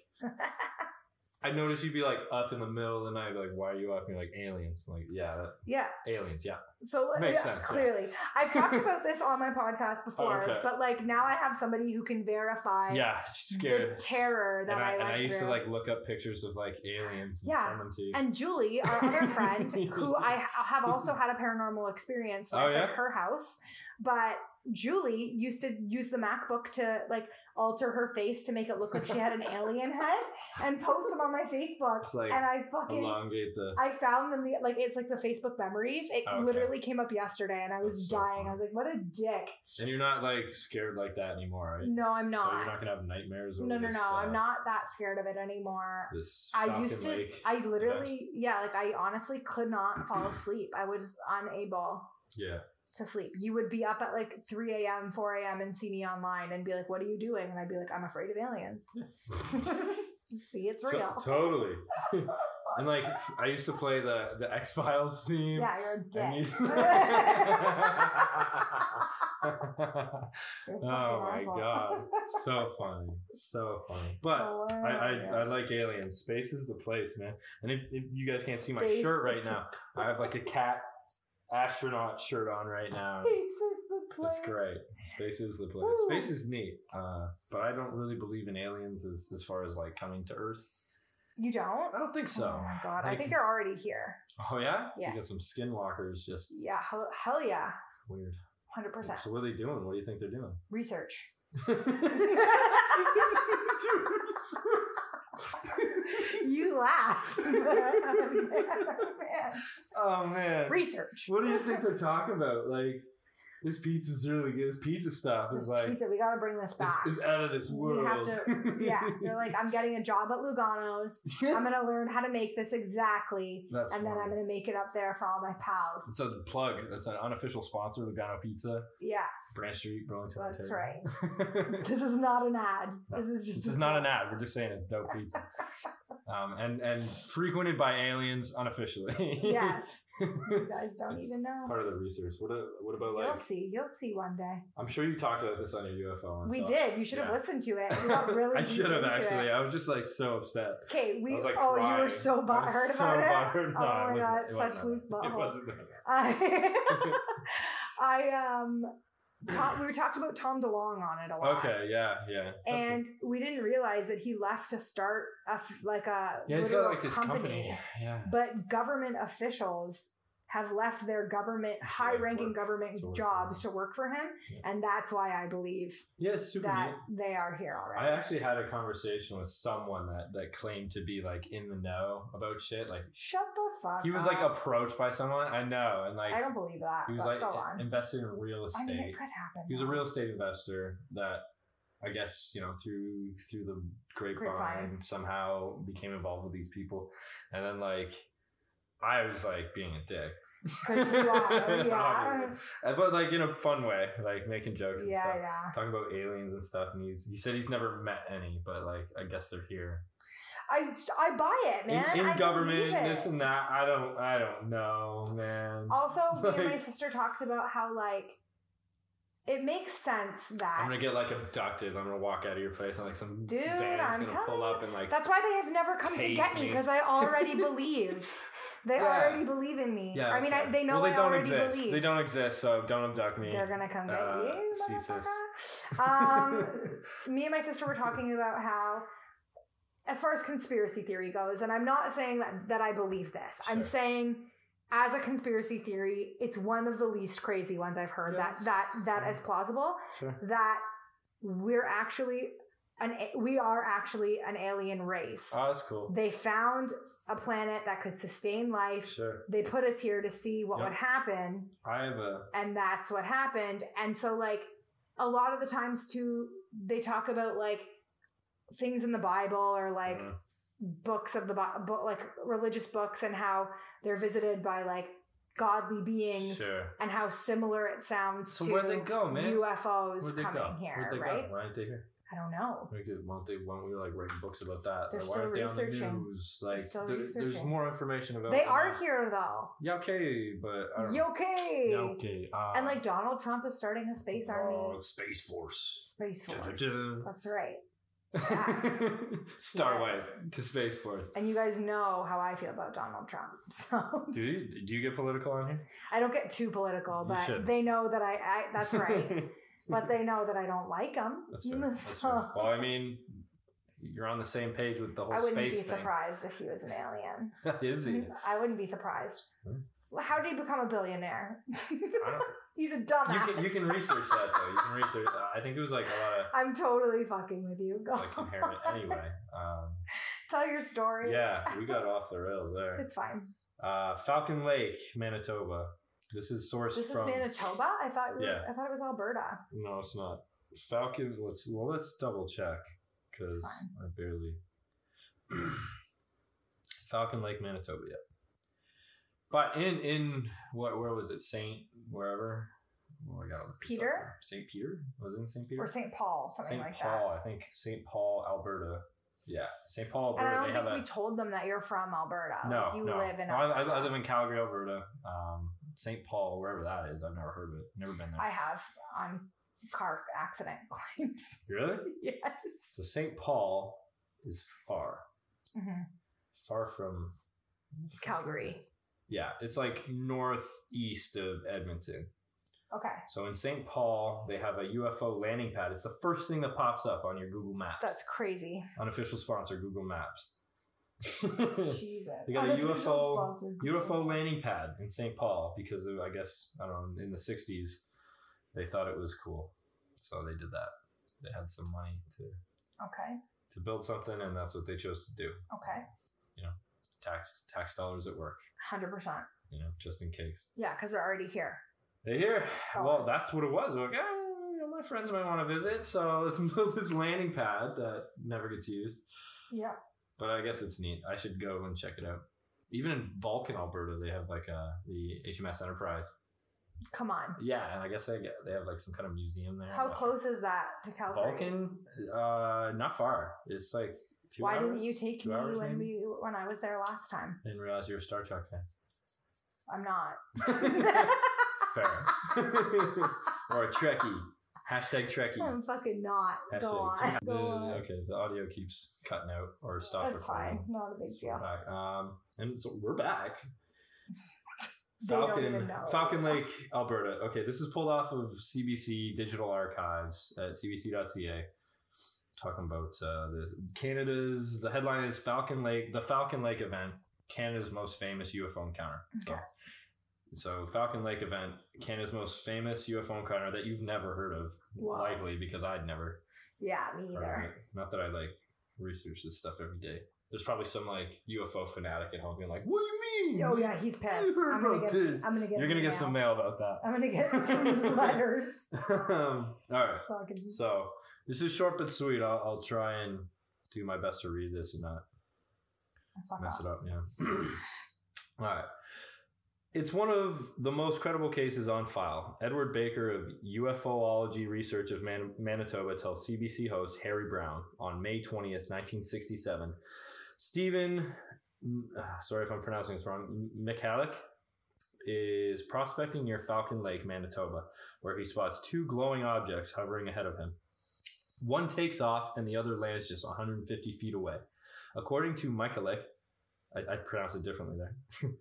Speaker 3: I noticed you'd be like up in the middle of the night, like, "Why are you up?" And you're like, "Aliens." I'm like, yeah, that,
Speaker 2: Yeah,
Speaker 3: aliens. Yeah,
Speaker 2: so uh,
Speaker 3: Makes
Speaker 2: yeah,
Speaker 3: sense, yeah.
Speaker 2: clearly. I've talked about this on my podcast before,
Speaker 3: okay.
Speaker 2: but like now I have somebody who can verify
Speaker 3: yeah, it's scary
Speaker 2: the terror that
Speaker 3: and I,
Speaker 2: I,
Speaker 3: and
Speaker 2: went
Speaker 3: I used
Speaker 2: through.
Speaker 3: to like look up pictures of like aliens and
Speaker 2: Yeah,
Speaker 3: send them to you.
Speaker 2: And Julie, our other friend, who I ha- have also had a paranormal experience with
Speaker 3: Oh, yeah?
Speaker 2: at her house, but Julie used to use the MacBook to like alter her face to make it look like she had an alien head and post them on my Facebook.
Speaker 3: It's like
Speaker 2: and I fucking
Speaker 3: Elongate the.
Speaker 2: I found them the like it's like the Facebook memories. It
Speaker 3: Okay.
Speaker 2: literally came up yesterday and I was
Speaker 3: That's so
Speaker 2: dying.
Speaker 3: funny.
Speaker 2: I was like, what a dick.
Speaker 3: And you're not like scared like that anymore, right?
Speaker 2: No, I'm
Speaker 3: So you're
Speaker 2: not.
Speaker 3: not gonna have nightmares. Over
Speaker 2: no, no,
Speaker 3: this,
Speaker 2: no. I'm
Speaker 3: uh,
Speaker 2: not that scared of it anymore.
Speaker 3: This.
Speaker 2: I
Speaker 3: Falcon
Speaker 2: used to,
Speaker 3: Lake
Speaker 2: I
Speaker 3: event.
Speaker 2: literally, yeah, like I honestly could not fall asleep. I was unable
Speaker 3: Yeah.
Speaker 2: to sleep. You would be up at like 3 a.m., 4 a.m., and see me online and be like, What are you doing? And I'd be like, I'm afraid of aliens. see, it's
Speaker 3: To-
Speaker 2: real.
Speaker 3: totally. and like I used to play the the X Files theme.
Speaker 2: yeah, you're a
Speaker 3: and
Speaker 2: dick.
Speaker 3: you- oh my god, so funny, so funny. But I, I I like aliens. Space is the place, man. And if, if you guys can't see my
Speaker 2: Space
Speaker 3: shirt
Speaker 2: is
Speaker 3: right
Speaker 2: the
Speaker 3: now, I have like a cat astronaut shirt on right now.
Speaker 2: Space is the place.
Speaker 3: That's great. Space is the place.
Speaker 2: Woo.
Speaker 3: Space is neat, uh, but I don't really believe in aliens as, as far as like coming to Earth.
Speaker 2: You don't?
Speaker 3: I don't think so.
Speaker 2: Oh my god! I
Speaker 3: Like-
Speaker 2: think they're already here.
Speaker 3: Oh yeah,
Speaker 2: Yeah.
Speaker 3: You got some skinwalkers, just
Speaker 2: Yeah. Hell, hell yeah.
Speaker 3: weird.
Speaker 2: Hundred percent.
Speaker 3: So what are they doing? What do you think they're doing?
Speaker 2: Research. you laugh.
Speaker 3: Oh man,
Speaker 2: Research.
Speaker 3: What do you think they're talking about? Like this pizza's really good. This pizza stuff
Speaker 2: This
Speaker 3: is like
Speaker 2: pizza, we gotta bring this
Speaker 3: is,
Speaker 2: back.
Speaker 3: is out of this
Speaker 2: we
Speaker 3: world.
Speaker 2: have to, yeah. They're like, I'm getting a job at Lugano's. I'm gonna learn how to make this exactly,
Speaker 3: That's
Speaker 2: and then I'm
Speaker 3: funny.
Speaker 2: gonna make it up there for all my pals.
Speaker 3: It's a plug. That's an unofficial sponsor, Lugano Pizza,
Speaker 2: Yeah,
Speaker 3: Branch Street, Burlington.
Speaker 2: That's
Speaker 3: right.
Speaker 2: this is not an ad.
Speaker 3: No,
Speaker 2: This is just
Speaker 3: This is not an ad. We're just saying it's dope pizza. Um, and and frequented by aliens unofficially.
Speaker 2: Yes, you guys don't
Speaker 3: It's
Speaker 2: even know.
Speaker 3: Part of the research. What a, what about
Speaker 2: You'll
Speaker 3: like?
Speaker 2: see. You'll see one day.
Speaker 3: I'm sure you talked about this on your UFO. and
Speaker 2: We
Speaker 3: stuff.
Speaker 2: did. You should have
Speaker 3: Yeah.
Speaker 2: listened to it. You got really.
Speaker 3: I
Speaker 2: deep
Speaker 3: should have
Speaker 2: into
Speaker 3: actually.
Speaker 2: It.
Speaker 3: I was just like so upset.
Speaker 2: Okay, we.
Speaker 3: I was like,
Speaker 2: oh, you were
Speaker 3: crying.
Speaker 2: so
Speaker 3: I was
Speaker 2: butthurt
Speaker 3: so
Speaker 2: about it.
Speaker 3: butthurt. No,
Speaker 2: oh
Speaker 3: it
Speaker 2: my
Speaker 3: wasn't-
Speaker 2: god,
Speaker 3: it
Speaker 2: it's
Speaker 3: wasn't
Speaker 2: such
Speaker 3: that.
Speaker 2: loose butthole.
Speaker 3: It wasn't. that.
Speaker 2: I, I um, Tom, we talked about Tom DeLong on it a lot.
Speaker 3: Okay. Yeah. Yeah. That's good.
Speaker 2: And we didn't realize that he left to start a f- like a
Speaker 3: yeah, he's
Speaker 2: literal
Speaker 3: got like this company. Yeah.
Speaker 2: But government officials have left their government
Speaker 3: like
Speaker 2: high-ranking
Speaker 3: work-
Speaker 2: government
Speaker 3: to work for
Speaker 2: jobs
Speaker 3: him.
Speaker 2: to work for him,
Speaker 3: Yeah.
Speaker 2: and that's why I believe
Speaker 3: Yeah, it's super
Speaker 2: that
Speaker 3: neat.
Speaker 2: they are here
Speaker 3: I
Speaker 2: already.
Speaker 3: actually had a conversation with someone that that claimed to be like in the know about shit. Like
Speaker 2: Shut the fuck.
Speaker 3: he was
Speaker 2: up.
Speaker 3: like approached by someone I know, and like
Speaker 2: Uh-huh. I don't believe that.
Speaker 3: he was
Speaker 2: but
Speaker 3: like
Speaker 2: go on.
Speaker 3: invested in real estate.
Speaker 2: I mean, it could happen.
Speaker 3: he was a
Speaker 2: though.
Speaker 3: real estate investor that I guess you know through through the grapevine,
Speaker 2: Grapevine.
Speaker 3: somehow became involved with these people, and then like I was like being a dick.
Speaker 2: 'Cause you are, yeah.
Speaker 3: Obviously. And- but like in a fun way, like making jokes. and
Speaker 2: Yeah,
Speaker 3: stuff.
Speaker 2: yeah.
Speaker 3: Talking about aliens and stuff, and he's he said he's never met any, but like I guess they're here
Speaker 2: I I buy it, man.
Speaker 3: in, in
Speaker 2: I
Speaker 3: government,
Speaker 2: believe it.
Speaker 3: this and that. I don't, I don't know, man.
Speaker 2: Also, me and my
Speaker 3: Like-
Speaker 2: sister talked about how like it makes sense that
Speaker 3: I'm gonna get like abducted. I'm gonna walk out of your place, and like some
Speaker 2: Dude,
Speaker 3: van's
Speaker 2: I'm
Speaker 3: gonna
Speaker 2: telling
Speaker 3: pull
Speaker 2: you.
Speaker 3: up and like
Speaker 2: That's why they have never come to get
Speaker 3: Tase
Speaker 2: me
Speaker 3: me.
Speaker 2: because I already believe. They
Speaker 3: Yeah.
Speaker 2: already believe in me. I mean, I,
Speaker 3: okay.
Speaker 2: they know
Speaker 3: well, they
Speaker 2: I
Speaker 3: don't
Speaker 2: already
Speaker 3: exist.
Speaker 2: believe.
Speaker 3: They don't exist, so don't abduct me.
Speaker 2: They're gonna come get
Speaker 3: Uh,
Speaker 2: you,
Speaker 3: ceases.
Speaker 2: motherfucker. Um, me and my sister were talking about how, as far as conspiracy theory goes, and I'm not saying that that I believe this. I'm
Speaker 3: Sure.
Speaker 2: saying, as a conspiracy theory, it's one of the least crazy ones I've heard. That
Speaker 3: Yes.
Speaker 2: that that is plausible.
Speaker 3: Sure.
Speaker 2: That we're actually an a- we are actually an alien race.
Speaker 3: Oh, that's cool.
Speaker 2: They found a planet that could sustain life.
Speaker 3: Sure.
Speaker 2: They put us here to see what
Speaker 3: Yep.
Speaker 2: would happen
Speaker 3: I have a.
Speaker 2: and that's what happened and so like a lot of the times too they talk about like things in the bible or like
Speaker 3: Mhm.
Speaker 2: books of the bible like religious books and how they're visited by like godly beings
Speaker 3: Sure.
Speaker 2: and how similar it sounds
Speaker 3: So
Speaker 2: to
Speaker 3: where'd they go, man?
Speaker 2: ufos
Speaker 3: Where'd they
Speaker 2: coming
Speaker 3: go?
Speaker 2: here
Speaker 3: Where'd they
Speaker 2: right
Speaker 3: go? Why aren't they here?
Speaker 2: i don't know
Speaker 3: We did, why don't they? Why don't we like write books about that?
Speaker 2: They're
Speaker 3: Like,
Speaker 2: still
Speaker 3: why aren't they on
Speaker 2: researching.
Speaker 3: the news?
Speaker 2: They're
Speaker 3: Like,
Speaker 2: still
Speaker 3: there- there's
Speaker 2: researching.
Speaker 3: more information about.
Speaker 2: they
Speaker 3: them
Speaker 2: are
Speaker 3: now.
Speaker 2: here though
Speaker 3: Yeah, okay, but I don't
Speaker 2: You okay
Speaker 3: Yeah, okay. Uh,
Speaker 2: and like donald trump is starting a space
Speaker 3: oh,
Speaker 2: army
Speaker 3: Space Force.
Speaker 2: space force
Speaker 3: Dun-dun-dun.
Speaker 2: that's right
Speaker 3: Starlight
Speaker 2: Yes.
Speaker 3: to Space Force.
Speaker 2: and you guys know how i feel about donald trump so
Speaker 3: Do you, do you get political on here?
Speaker 2: I don't get too political,
Speaker 3: You
Speaker 2: but
Speaker 3: shouldn't.
Speaker 2: they know that I, I that's right. but they know that I don't like them.
Speaker 3: That's fair. That's fair. Well, I mean, you're on the same page with the whole
Speaker 2: I wouldn't be
Speaker 3: space thing.
Speaker 2: surprised if he was an alien.
Speaker 3: Is he?
Speaker 2: I wouldn't be surprised.
Speaker 3: Hmm.
Speaker 2: Well, How did he become a billionaire?
Speaker 3: I don't,
Speaker 2: He's a
Speaker 3: you
Speaker 2: dumbass.
Speaker 3: can you can research that though. You can research. I think it was like a
Speaker 2: I'm totally fucking with you. Go
Speaker 3: lot of like inherent. Anyway, um,
Speaker 2: tell your story.
Speaker 3: yeah, we got off the rails there.
Speaker 2: It's fine.
Speaker 3: Uh, Falcon Lake, Manitoba. This is sourced
Speaker 2: This is
Speaker 3: from.
Speaker 2: Manitoba. I thought we were,
Speaker 3: Yeah.
Speaker 2: I thought it was Alberta.
Speaker 3: No, it's not. Falcon. Let's well, let's double check because
Speaker 2: It's
Speaker 3: I barely. Falcon Lake, Manitoba. Yep. But in in what where was it Saint wherever? Oh, I got
Speaker 2: Peter?
Speaker 3: Saint Peter was it in Saint Peter
Speaker 2: Or St. Paul, something
Speaker 3: Saint
Speaker 2: like
Speaker 3: Paul. I think Saint Paul, Alberta. Yeah, Saint Paul,
Speaker 2: that. And I
Speaker 3: Alberta.
Speaker 2: don't
Speaker 3: they
Speaker 2: think
Speaker 3: have
Speaker 2: we
Speaker 3: a
Speaker 2: told them that you're from Alberta.
Speaker 3: no,
Speaker 2: like Uh, you
Speaker 3: no.
Speaker 2: live in
Speaker 3: I, I- I
Speaker 2: Alberta.
Speaker 3: live in Calgary, Alberta. Um, St. Paul, wherever that is. I've never heard of it. Never been there.
Speaker 2: I have on car accident claims.
Speaker 3: Really?
Speaker 2: yes.
Speaker 3: So St. Paul is far,
Speaker 2: Mhm.
Speaker 3: far from.
Speaker 2: Calgary.
Speaker 3: Yeah, it's like northeast of Edmonton.
Speaker 2: Okay.
Speaker 3: So in St. Paul, they have a UFO landing pad. It's the first thing that pops up on your Google Maps.
Speaker 2: That's crazy.
Speaker 3: unofficial sponsor Google Maps.
Speaker 2: Jesus. Oh,
Speaker 3: They got a
Speaker 2: Unofficial
Speaker 3: UFO
Speaker 2: sponsor.
Speaker 3: UFO landing pad in St. Paul because of, I guess I don't know in the '60s they thought it was cool, so they did that. They had some money to
Speaker 2: Okay.
Speaker 3: to build something, and that's what they chose to do.
Speaker 2: Okay.
Speaker 3: You know, tax tax dollars at work.
Speaker 2: 100%.
Speaker 3: You know, just in case
Speaker 2: Yeah, because they're already here.
Speaker 3: they hear. Well, that's what it was. Like, "Ah, you know, my friends might want to visit, so let's build this landing pad that never gets used.
Speaker 2: Yeah.
Speaker 3: But I guess it's neat. I should go and check it out. Even in Vulcan, Alberta, they have like uh the HMS Enterprise.
Speaker 2: Come on.
Speaker 3: Yeah, and I guess they get- they have like some kind of museum there.
Speaker 2: How close is that to Calgary?
Speaker 3: Vulcan? Uh, not far. It's like two
Speaker 2: Why
Speaker 3: hours.
Speaker 2: didn't you take
Speaker 3: two
Speaker 2: me
Speaker 3: hours,
Speaker 2: when
Speaker 3: maybe?
Speaker 2: we when I was there last time?
Speaker 3: Didn't realize you were a Star Trek fan.
Speaker 2: I'm not.
Speaker 3: Fair. or a Trekkie. Hashtag Trekkie.
Speaker 2: I'm fucking not.
Speaker 3: Hashtag
Speaker 2: Go on.
Speaker 3: Trekkie.
Speaker 2: Go
Speaker 3: The-
Speaker 2: on.
Speaker 3: okay, the audio keeps cutting out or stop
Speaker 2: That's fine.
Speaker 3: recording.
Speaker 2: Not a big
Speaker 3: So we're
Speaker 2: deal.
Speaker 3: back. Um, and so we're back.
Speaker 2: They don't even
Speaker 3: Falcon,
Speaker 2: know.
Speaker 3: Falcon Lake, Alberta. Okay, this is pulled off of CBC Digital Archives at cbc.ca. Talking about uh, the Canada's. The headline is Falcon Lake, the Falcon Lake event, Canada's most famous UFO encounter. So, so Falcon Lake event, Canada's most famous UFO encounter that you've never heard of,
Speaker 2: Wow.
Speaker 3: likely because I'd never
Speaker 2: Yeah, me
Speaker 3: or
Speaker 2: either.
Speaker 3: not- Not that I like research this stuff every day. There's probably some like UFO fanatic at home being like, "What do you mean?
Speaker 2: Oh yeah, he's pissed.
Speaker 3: You heard
Speaker 2: I'm gonna
Speaker 3: about
Speaker 2: get.
Speaker 3: this.
Speaker 2: I'm gonna get.
Speaker 3: You're gonna
Speaker 2: mail.
Speaker 3: get some mail about that."
Speaker 2: I'm gonna get some letters.
Speaker 3: um, all right.
Speaker 2: Fucking.
Speaker 3: So this is short but sweet. I'll, I'll try and do my best to read this and not
Speaker 2: Fuck
Speaker 3: mess
Speaker 2: off.
Speaker 3: it up. Yeah. All right. It's one of the most credible cases on file. Edward Baker of UFOlogy Research of Man- Manitoba tells CBC host Harry Brown on May 20th, 1967. Stephen, mm, ah, sorry if I'm pronouncing this wrong, M- Michalak is prospecting near Falcon Lake, Manitoba, where he spots two glowing objects hovering ahead of him. One takes off and the other lands just 150 feet away. According to Michalek, I, I pronounce it differently there.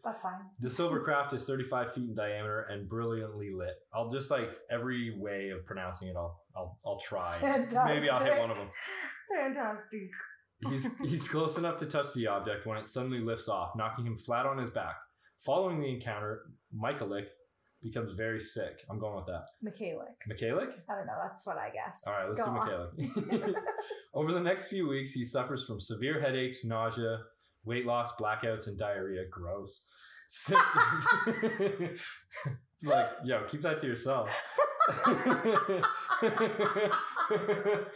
Speaker 2: That's fine.
Speaker 3: The silver craft is 35 feet in diameter and brilliantly lit. I'll just like every way of pronouncing it. I'll I'll, I'll try. Maybe I'll hit one of them.
Speaker 2: Fantastic.
Speaker 3: He's he's close enough to touch the object when it suddenly lifts off, knocking him flat on his back. Following the encounter, Michaelick becomes very sick. I'm going with that.
Speaker 2: Michaelic.
Speaker 3: Michaelick?
Speaker 2: I don't know. That's what I guess.
Speaker 3: All right, let's
Speaker 2: Go
Speaker 3: do
Speaker 2: on.
Speaker 3: Michaelic. Over the next few weeks, he suffers from severe headaches, nausea, weight loss, blackouts, and diarrhea. Gross. Symptoms. it's like, yo, keep that to yourself.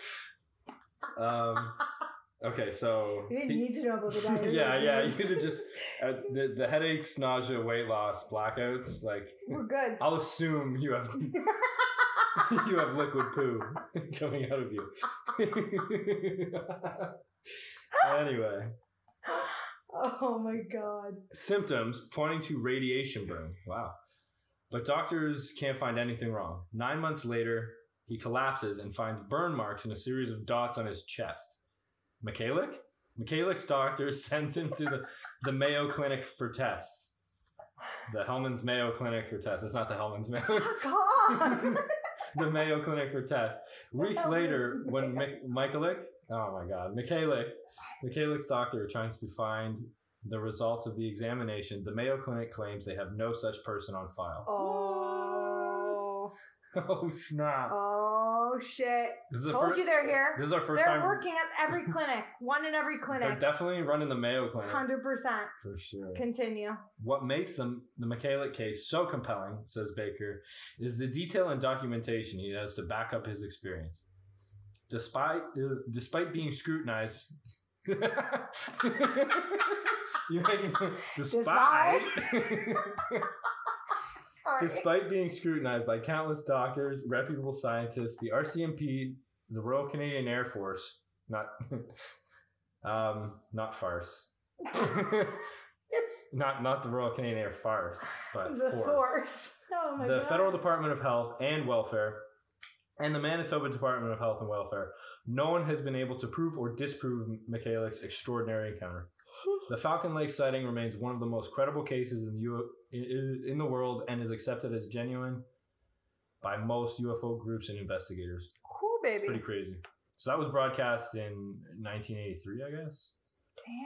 Speaker 3: um, okay, so.
Speaker 2: You didn't
Speaker 3: he-
Speaker 2: need to know about the diarrhea.
Speaker 3: yeah, yeah. You
Speaker 2: dude.
Speaker 3: could have just uh, the, the headaches, nausea, weight loss, blackouts. Like,
Speaker 2: We're good.
Speaker 3: I'll assume you have you have liquid poo coming out of you. anyway,
Speaker 2: Oh my god.
Speaker 3: symptoms pointing to radiation burn. Wow. But doctors can't find anything wrong. Nine months later, he collapses and finds burn marks and a series of dots on his chest. Michalik? Michalik's doctor sends him to the, the Mayo Clinic for tests. The Hellman's Mayo Clinic for tests. It's not the Hellman's Mayo.
Speaker 2: God.
Speaker 3: the Mayo Clinic for tests. Weeks
Speaker 2: hell
Speaker 3: later,
Speaker 2: is
Speaker 3: when Mi- Michaelic, oh my God, Michaelic, Michaelic's doctor tries to find the results of the examination, the Mayo Clinic claims they have no such person on file.
Speaker 2: Oh.
Speaker 3: Oh, snap.
Speaker 2: Oh shit.
Speaker 3: This is the
Speaker 2: Told
Speaker 3: fir-
Speaker 2: you they're here.
Speaker 3: This is our 1st
Speaker 2: They're
Speaker 3: time.
Speaker 2: working at every clinic. One in every
Speaker 3: They're
Speaker 2: clinic.
Speaker 3: definitely running the Mayo Clinic.
Speaker 2: Hundred percent.
Speaker 3: For sure.
Speaker 2: Continue.
Speaker 3: What makes the, the Michaelic case so compelling, says Baker, is the detail and documentation he has to back up his experience. Despite uh, despite being scrutinized, you making despite
Speaker 2: Sorry.
Speaker 3: despite being scrutinized by countless doctors, reputable scientists, the RCMP, the Royal Canadian Air Force, not um, not farce. not not the Royal Canadian Air Force, but
Speaker 2: the
Speaker 3: force.
Speaker 2: force. Oh my
Speaker 3: the
Speaker 2: god.
Speaker 3: Federal Department of Health and Welfare and the Manitoba Department of Health and Welfare, no one has been able to prove or disprove Michaelik's extraordinary encounter. The Falcon Lake sighting remains one of the most credible cases in the, U- in, in the world and is accepted as genuine by most UFO groups and investigators.
Speaker 2: cool baby.
Speaker 3: It's pretty crazy. So that was broadcast in 1983, I guess.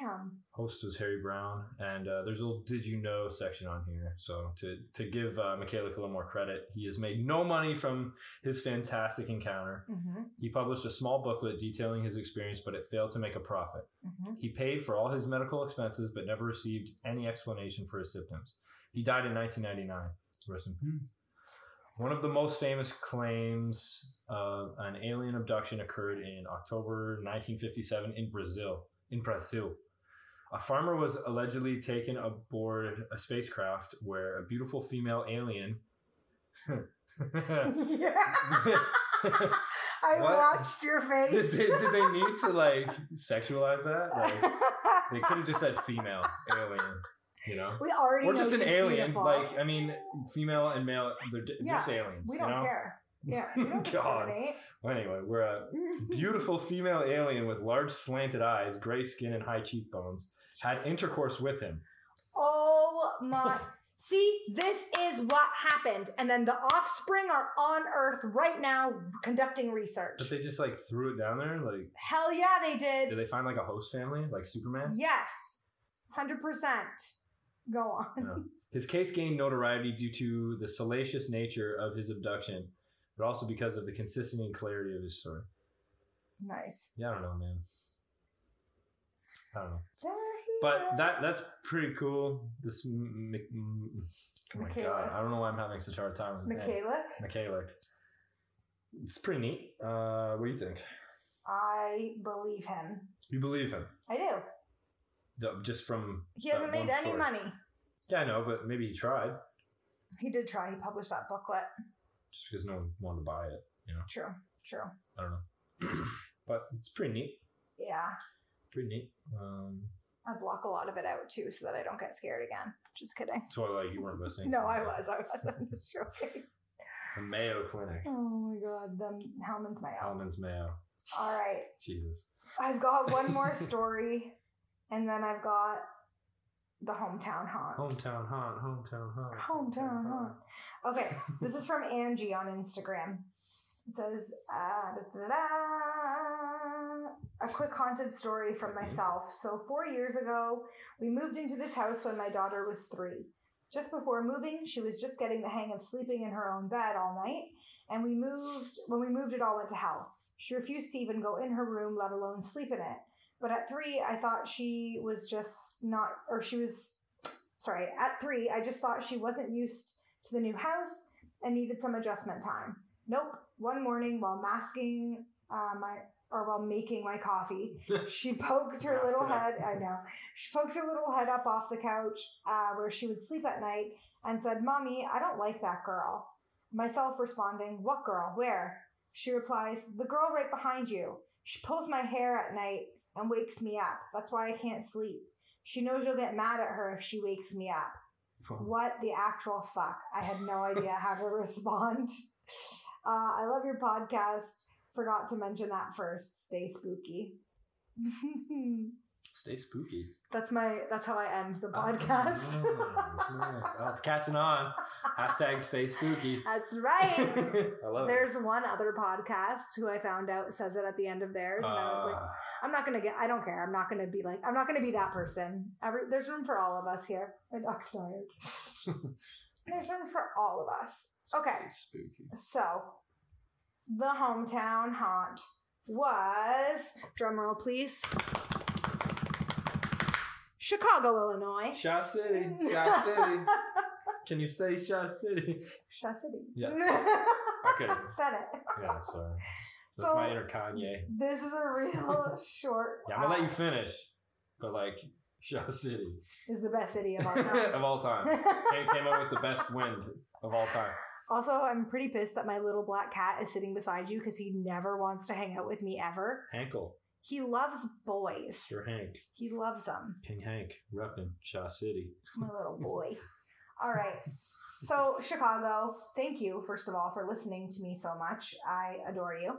Speaker 2: Damn.
Speaker 3: Host was Harry Brown, and uh, there's a little "Did you know" section on here. So to to give uh, Michaela a little more credit, he has made no money from his fantastic encounter.
Speaker 2: Mm-hmm.
Speaker 3: He published a small booklet detailing his experience, but it failed to make a profit.
Speaker 2: Mm-hmm.
Speaker 3: He paid for all his medical expenses, but never received any explanation for his symptoms. He died in 1999. Rest in peace. One of the most famous claims of an alien abduction occurred in October 1957 in Brazil. In Brazil, a farmer was allegedly taken aboard a spacecraft where a beautiful female alien.
Speaker 2: Mm-hmm. I
Speaker 3: What?
Speaker 2: watched your
Speaker 3: did,
Speaker 2: face.
Speaker 3: they, did they need to like sexualize that? Like, they could have just said female alien, you know,
Speaker 2: we already
Speaker 3: or
Speaker 2: know
Speaker 3: just an
Speaker 2: she's
Speaker 3: alien.
Speaker 2: beautiful.
Speaker 3: Like, I mean, female and male, they're di-
Speaker 2: Yeah,
Speaker 3: just aliens.
Speaker 2: we don't
Speaker 3: you know?
Speaker 2: care. Yeah, we don't
Speaker 3: God.
Speaker 2: discriminate.
Speaker 3: Well, anyway, we're a beautiful female alien with large slanted eyes, gray skin, and high cheekbones had intercourse with him.
Speaker 2: Oh my. See, this is what happened. And then the offspring are on Earth right now conducting research.
Speaker 3: But they just like threw it down there. Like,
Speaker 2: Hell yeah, they did.
Speaker 3: did they find like a host family, like Superman?
Speaker 2: yes. 100%. Go on.
Speaker 3: No. His case gained notoriety due to the salacious nature of his abduction, but also because of the consistency and clarity of his story.
Speaker 2: Nice.
Speaker 3: Yeah, I don't know, man. I don't know.
Speaker 2: There he
Speaker 3: But
Speaker 2: is.
Speaker 3: that that's pretty cool. This m- m- m- oh my god,
Speaker 2: Michaela.
Speaker 3: I don't know why I'm having such a hard time with his name.
Speaker 2: Michaela,
Speaker 3: Michaela. It's pretty neat. Uh, what do you think?
Speaker 2: I believe him.
Speaker 3: You believe him?
Speaker 2: I do.
Speaker 3: The- Just from
Speaker 2: He
Speaker 3: that
Speaker 2: hasn't made
Speaker 3: one
Speaker 2: any
Speaker 3: story.
Speaker 2: money.
Speaker 3: Yeah, I know, but maybe he tried
Speaker 2: He did try. He published that booklet.
Speaker 3: just because no one wanted to buy it. You know,
Speaker 2: True. True.
Speaker 3: I don't know. but it's pretty neat.
Speaker 2: Yeah.
Speaker 3: Pretty neat. Um,
Speaker 2: I block a lot of it out too so that I don't get scared again. Just kidding.
Speaker 3: so like you weren't listening.
Speaker 2: No,
Speaker 3: to
Speaker 2: I
Speaker 3: me.
Speaker 2: was. I was. I'm just joking.
Speaker 3: The Mayo Clinic.
Speaker 2: Oh my god, the Hellman's Mayo.
Speaker 3: Hellman's Mayo.
Speaker 2: All right.
Speaker 3: Jesus.
Speaker 2: I've got one more story, and then I've got the hometown haunt.
Speaker 3: Hometown haunt. Hometown haunt.
Speaker 2: Hometown haunt. Okay, this is from Angie on Instagram. It says, uh, da, da, da, a quick haunted story from myself. So, four years ago, we moved into this house when my daughter was three. Just before moving, she was just getting the hang of sleeping in her own bed all night. And we moved, when we moved, it all went to hell. She refused to even go in her room, let alone sleep in it. But at three, I thought she was just not, or she was, sorry, at three, I just thought she wasn't used to the new house and needed some adjustment time. Nope. One morning, while masking uh, my, or while making my coffee, she poked her
Speaker 3: Mask
Speaker 2: little
Speaker 3: it up.
Speaker 2: head, I know, she poked her little head up off the couch uh, where she would sleep at night and said, Mommy, I don't like that girl. Myself responding, What girl? Where? She replies, The girl right behind you. She pulls my hair at night and wakes me up. That's why I can't sleep. She knows you'll get mad at her if she wakes me up. What the actual fuck? I had no idea how to respond. Uh, I love your podcast. Forgot to mention that first. Stay spooky.
Speaker 3: Stay spooky.
Speaker 2: that's my. That's how I end the podcast.
Speaker 3: Oh, yes. Oh, it's catching on. Hashtag stay spooky.
Speaker 2: that's right.
Speaker 3: I love
Speaker 2: There's one other podcast who I found out says it at the end of
Speaker 3: it.
Speaker 2: theirs, and I was like,
Speaker 3: Uh,
Speaker 2: I'm not gonna get. I don't care. I'm not gonna be like. I'm not gonna be that person. Every, there's room for all of us here. My dog's tired. there's room for all of us. Okay,
Speaker 3: Ah. stay spooky.
Speaker 2: so the hometown haunt was drumroll, please. Chicago, Illinois.
Speaker 3: Shaw City. Shaw City. Can you say Shaw City?
Speaker 2: Shaw City.
Speaker 3: Yeah. Okay.
Speaker 2: Said it.
Speaker 3: Yeah, sorry. That's
Speaker 2: So-
Speaker 3: my inner Kanye.
Speaker 2: This is a real short.
Speaker 3: Yeah, I'm gonna let you finish. But like Shaw City.
Speaker 2: Is the best city of all time.
Speaker 3: of all time. Came, came up with the best wind of all time.
Speaker 2: Also, I'm pretty pissed that my little black cat is sitting beside you because he never wants to hang out with me ever.
Speaker 3: Hankel.
Speaker 2: He loves boys.
Speaker 3: Sure, Hank.
Speaker 2: He loves them.
Speaker 3: King Hank, repping Shaw City.
Speaker 2: My little boy. All right. So, Chicago, thank you, first of all, for listening to me so much. I adore you.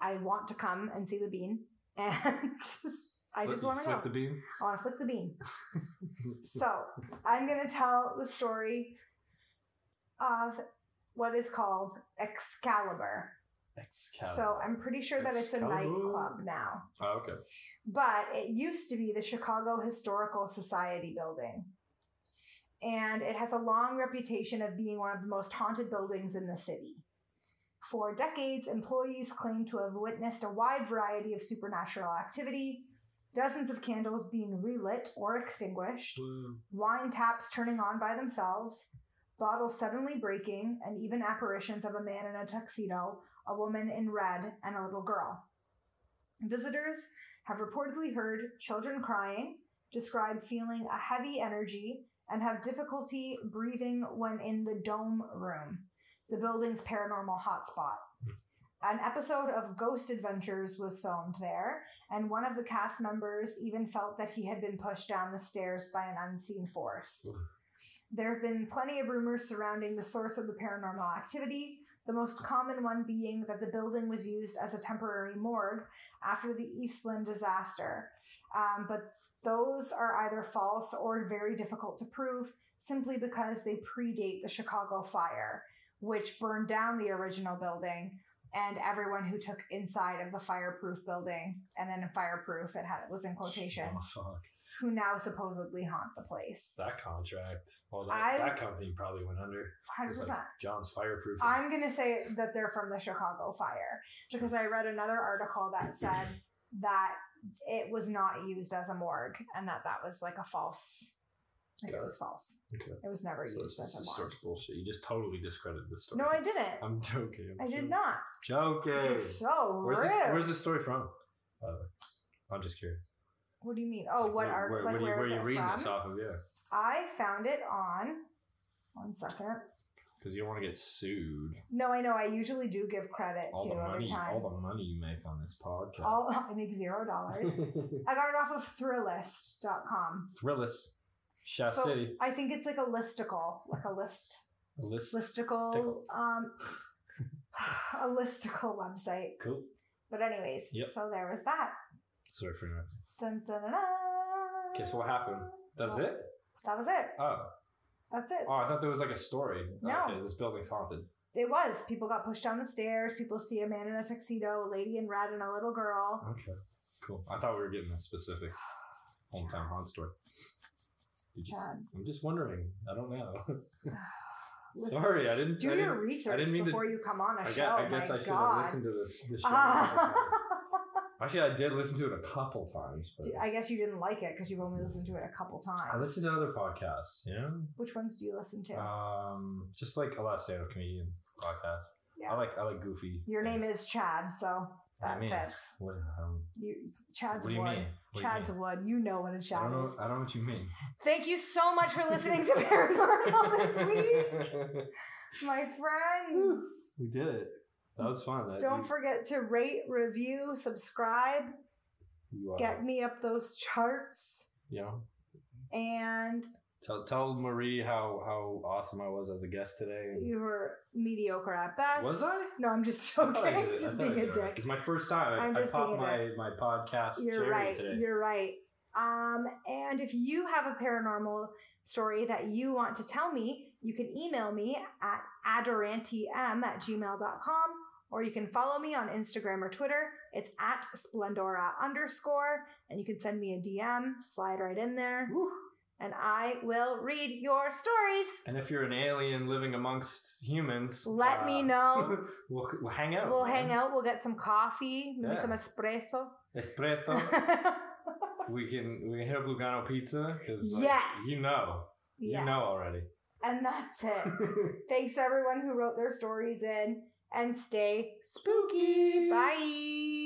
Speaker 2: I want to come and see the bean. And I
Speaker 3: Flip-
Speaker 2: just want to know.
Speaker 3: flip the beam.
Speaker 2: I want to flip the bean. so, I'm going to tell the story of what is called Excalibur.
Speaker 3: Excalibur.
Speaker 2: So, I'm pretty sure that it's a
Speaker 3: Excalibur.
Speaker 2: nightclub now,
Speaker 3: Oh, okay.
Speaker 2: but it used to be the Chicago Historical Society building. And it has a long reputation of being one of the most haunted buildings in the city. For decades, employees claim to have witnessed a wide variety of supernatural activity, dozens of candles being relit or extinguished, wine taps turning on by themselves, bottles suddenly breaking, and even apparitions of a man in a tuxedo, a woman in red, and a little girl. Visitors have reportedly heard children crying, describe feeling a heavy energy, and have difficulty breathing when in the dome room, the building's paranormal hotspot. An episode of Ghost Adventures was filmed there, and one of the cast members even felt that he had been pushed down the stairs by an unseen force. There have been plenty of rumors surrounding the source of the paranormal activity, the most common one being that the building was used as a temporary morgue after the Eastland disaster. Um, but those are either false or very difficult to prove simply because they predate the Chicago fire, which burned down the original building and everyone who took inside of the fireproof building and then fireproof it had it was in
Speaker 3: Oh,
Speaker 2: quotations
Speaker 3: fuck.
Speaker 2: who now supposedly haunt the place
Speaker 3: That contract. Well, that,
Speaker 2: I-
Speaker 3: that company probably went under. It's
Speaker 2: 100%
Speaker 3: John's fireproof.
Speaker 2: I'm going to say that they're from the Chicago fire because I read another article that said that it was not used as a morgue and that that was like a false. Like it
Speaker 3: Got
Speaker 2: was
Speaker 3: it.
Speaker 2: false.
Speaker 3: Okay.
Speaker 2: It was never
Speaker 3: So
Speaker 2: used
Speaker 3: this is
Speaker 2: as
Speaker 3: the
Speaker 2: a morgue.
Speaker 3: source bullshit. You just totally discredited this story.
Speaker 2: No, I didn't.
Speaker 3: I'm joking. I'm
Speaker 2: I did
Speaker 3: joking.
Speaker 2: not.
Speaker 3: Joking.
Speaker 2: You're so
Speaker 3: where's
Speaker 2: rude.
Speaker 3: this, where's this story from? By the way, I'm just curious.
Speaker 2: what do you mean? Oh, what
Speaker 3: Like, where-
Speaker 2: are
Speaker 3: where,
Speaker 2: like
Speaker 3: what are you,
Speaker 2: where
Speaker 3: where
Speaker 2: is
Speaker 3: are you
Speaker 2: it
Speaker 3: reading
Speaker 2: from?
Speaker 3: this off of? Yeah,
Speaker 2: I found it on. One second.
Speaker 3: because you don't want to get sued.
Speaker 2: No, I know. I usually do give credit
Speaker 3: All
Speaker 2: to
Speaker 3: the
Speaker 2: every
Speaker 3: money,
Speaker 2: time.
Speaker 3: all the money you make on this podcast.
Speaker 2: All- I make zero dollars. I got it off of Thrillist.com.
Speaker 3: Thrillist, Shaw
Speaker 2: So,
Speaker 3: City,
Speaker 2: I think it's like a listicle, like a list
Speaker 3: list.
Speaker 2: listicle,
Speaker 3: Tickle.
Speaker 2: um, a listicle website.
Speaker 3: Cool.
Speaker 2: But anyways,
Speaker 3: Yep.
Speaker 2: so there was that.
Speaker 3: Sorry for interrupting.
Speaker 2: Dun, dun, dun, dun.
Speaker 3: Okay, so what happened? That's it.
Speaker 2: That was it.
Speaker 3: Oh,
Speaker 2: That's it.
Speaker 3: oh, I thought there was like a story. Oh,
Speaker 2: No.
Speaker 3: Okay, this building's haunted.
Speaker 2: It was. People got pushed down the stairs. People see a man in a tuxedo, a lady in red, and a little girl.
Speaker 3: Okay, cool. I thought we were getting a specific hometown haunt story. You just-
Speaker 2: Chad.
Speaker 3: I'm just wondering. I don't know.
Speaker 2: Listen,
Speaker 3: Sorry, I didn't
Speaker 2: Do
Speaker 3: I
Speaker 2: your
Speaker 3: didn't-
Speaker 2: research
Speaker 3: I didn't mean
Speaker 2: before
Speaker 3: to,
Speaker 2: you come on a
Speaker 3: I guess,
Speaker 2: show.
Speaker 3: I, guess
Speaker 2: My
Speaker 3: I should
Speaker 2: God.
Speaker 3: have listened to the, the show.
Speaker 2: Ah.
Speaker 3: Actually, I did listen to it a couple times. But
Speaker 2: I guess you didn't like it because you've only listened to it a couple times.
Speaker 3: I listened to other podcasts. You know,
Speaker 2: Which ones do you listen to?
Speaker 3: um, just like a lot of stand-up comedian podcasts.
Speaker 2: Yeah.
Speaker 3: I like I like goofy.
Speaker 2: Your name
Speaker 3: things.
Speaker 2: is Chad, so that
Speaker 3: I mean,
Speaker 2: fits.
Speaker 3: What, um,
Speaker 2: You, Chad's
Speaker 3: what do you
Speaker 2: wood.
Speaker 3: mean? What do you
Speaker 2: Chad's
Speaker 3: mean?
Speaker 2: wood. You know what a
Speaker 3: I
Speaker 2: Chad
Speaker 3: don't know.
Speaker 2: is.
Speaker 3: I don't know what you mean.
Speaker 2: Thank you so much for listening to Paranormal this week, my friends.
Speaker 3: we did it. That was fun. That-
Speaker 2: Don't
Speaker 3: you-
Speaker 2: forget to rate, review, subscribe,
Speaker 3: you, uh,
Speaker 2: get me up those charts,
Speaker 3: You know,
Speaker 2: and
Speaker 3: tell tell Marie how how awesome I was as a guest today. and-
Speaker 2: you were mediocre at best.
Speaker 3: Was I?
Speaker 2: No, I'm just
Speaker 3: I thought I
Speaker 2: joking.
Speaker 3: did it. I
Speaker 2: just
Speaker 3: thought I
Speaker 2: being a
Speaker 3: did it right.
Speaker 2: dick.
Speaker 3: It's my first time. I,
Speaker 2: I'm
Speaker 3: I
Speaker 2: just
Speaker 3: popped
Speaker 2: being a
Speaker 3: my, my podcast
Speaker 2: You're
Speaker 3: cherry
Speaker 2: right.
Speaker 3: today.
Speaker 2: You're right. Um, and if you have a paranormal story that you want to tell me, you can email me at adorantym at gmail.com or you can follow me on Instagram or Twitter. It's at splendora underscore, and you can send me a DM, slide right in there, and I will read your stories.
Speaker 3: and if you're an alien living amongst humans, uh,
Speaker 2: Let me know.
Speaker 3: we'll, we'll hang out.
Speaker 2: We'll hang
Speaker 3: man.
Speaker 2: out, we'll get some coffee, maybe
Speaker 3: Yeah. Oh.
Speaker 2: some espresso.
Speaker 3: Espresso. we can we can hit up Lugano Pizza because
Speaker 2: Yes.
Speaker 3: you know
Speaker 2: Yes.
Speaker 3: you know already.
Speaker 2: And that's it. Thanks to everyone who wrote their stories in and stay spooky. Bye.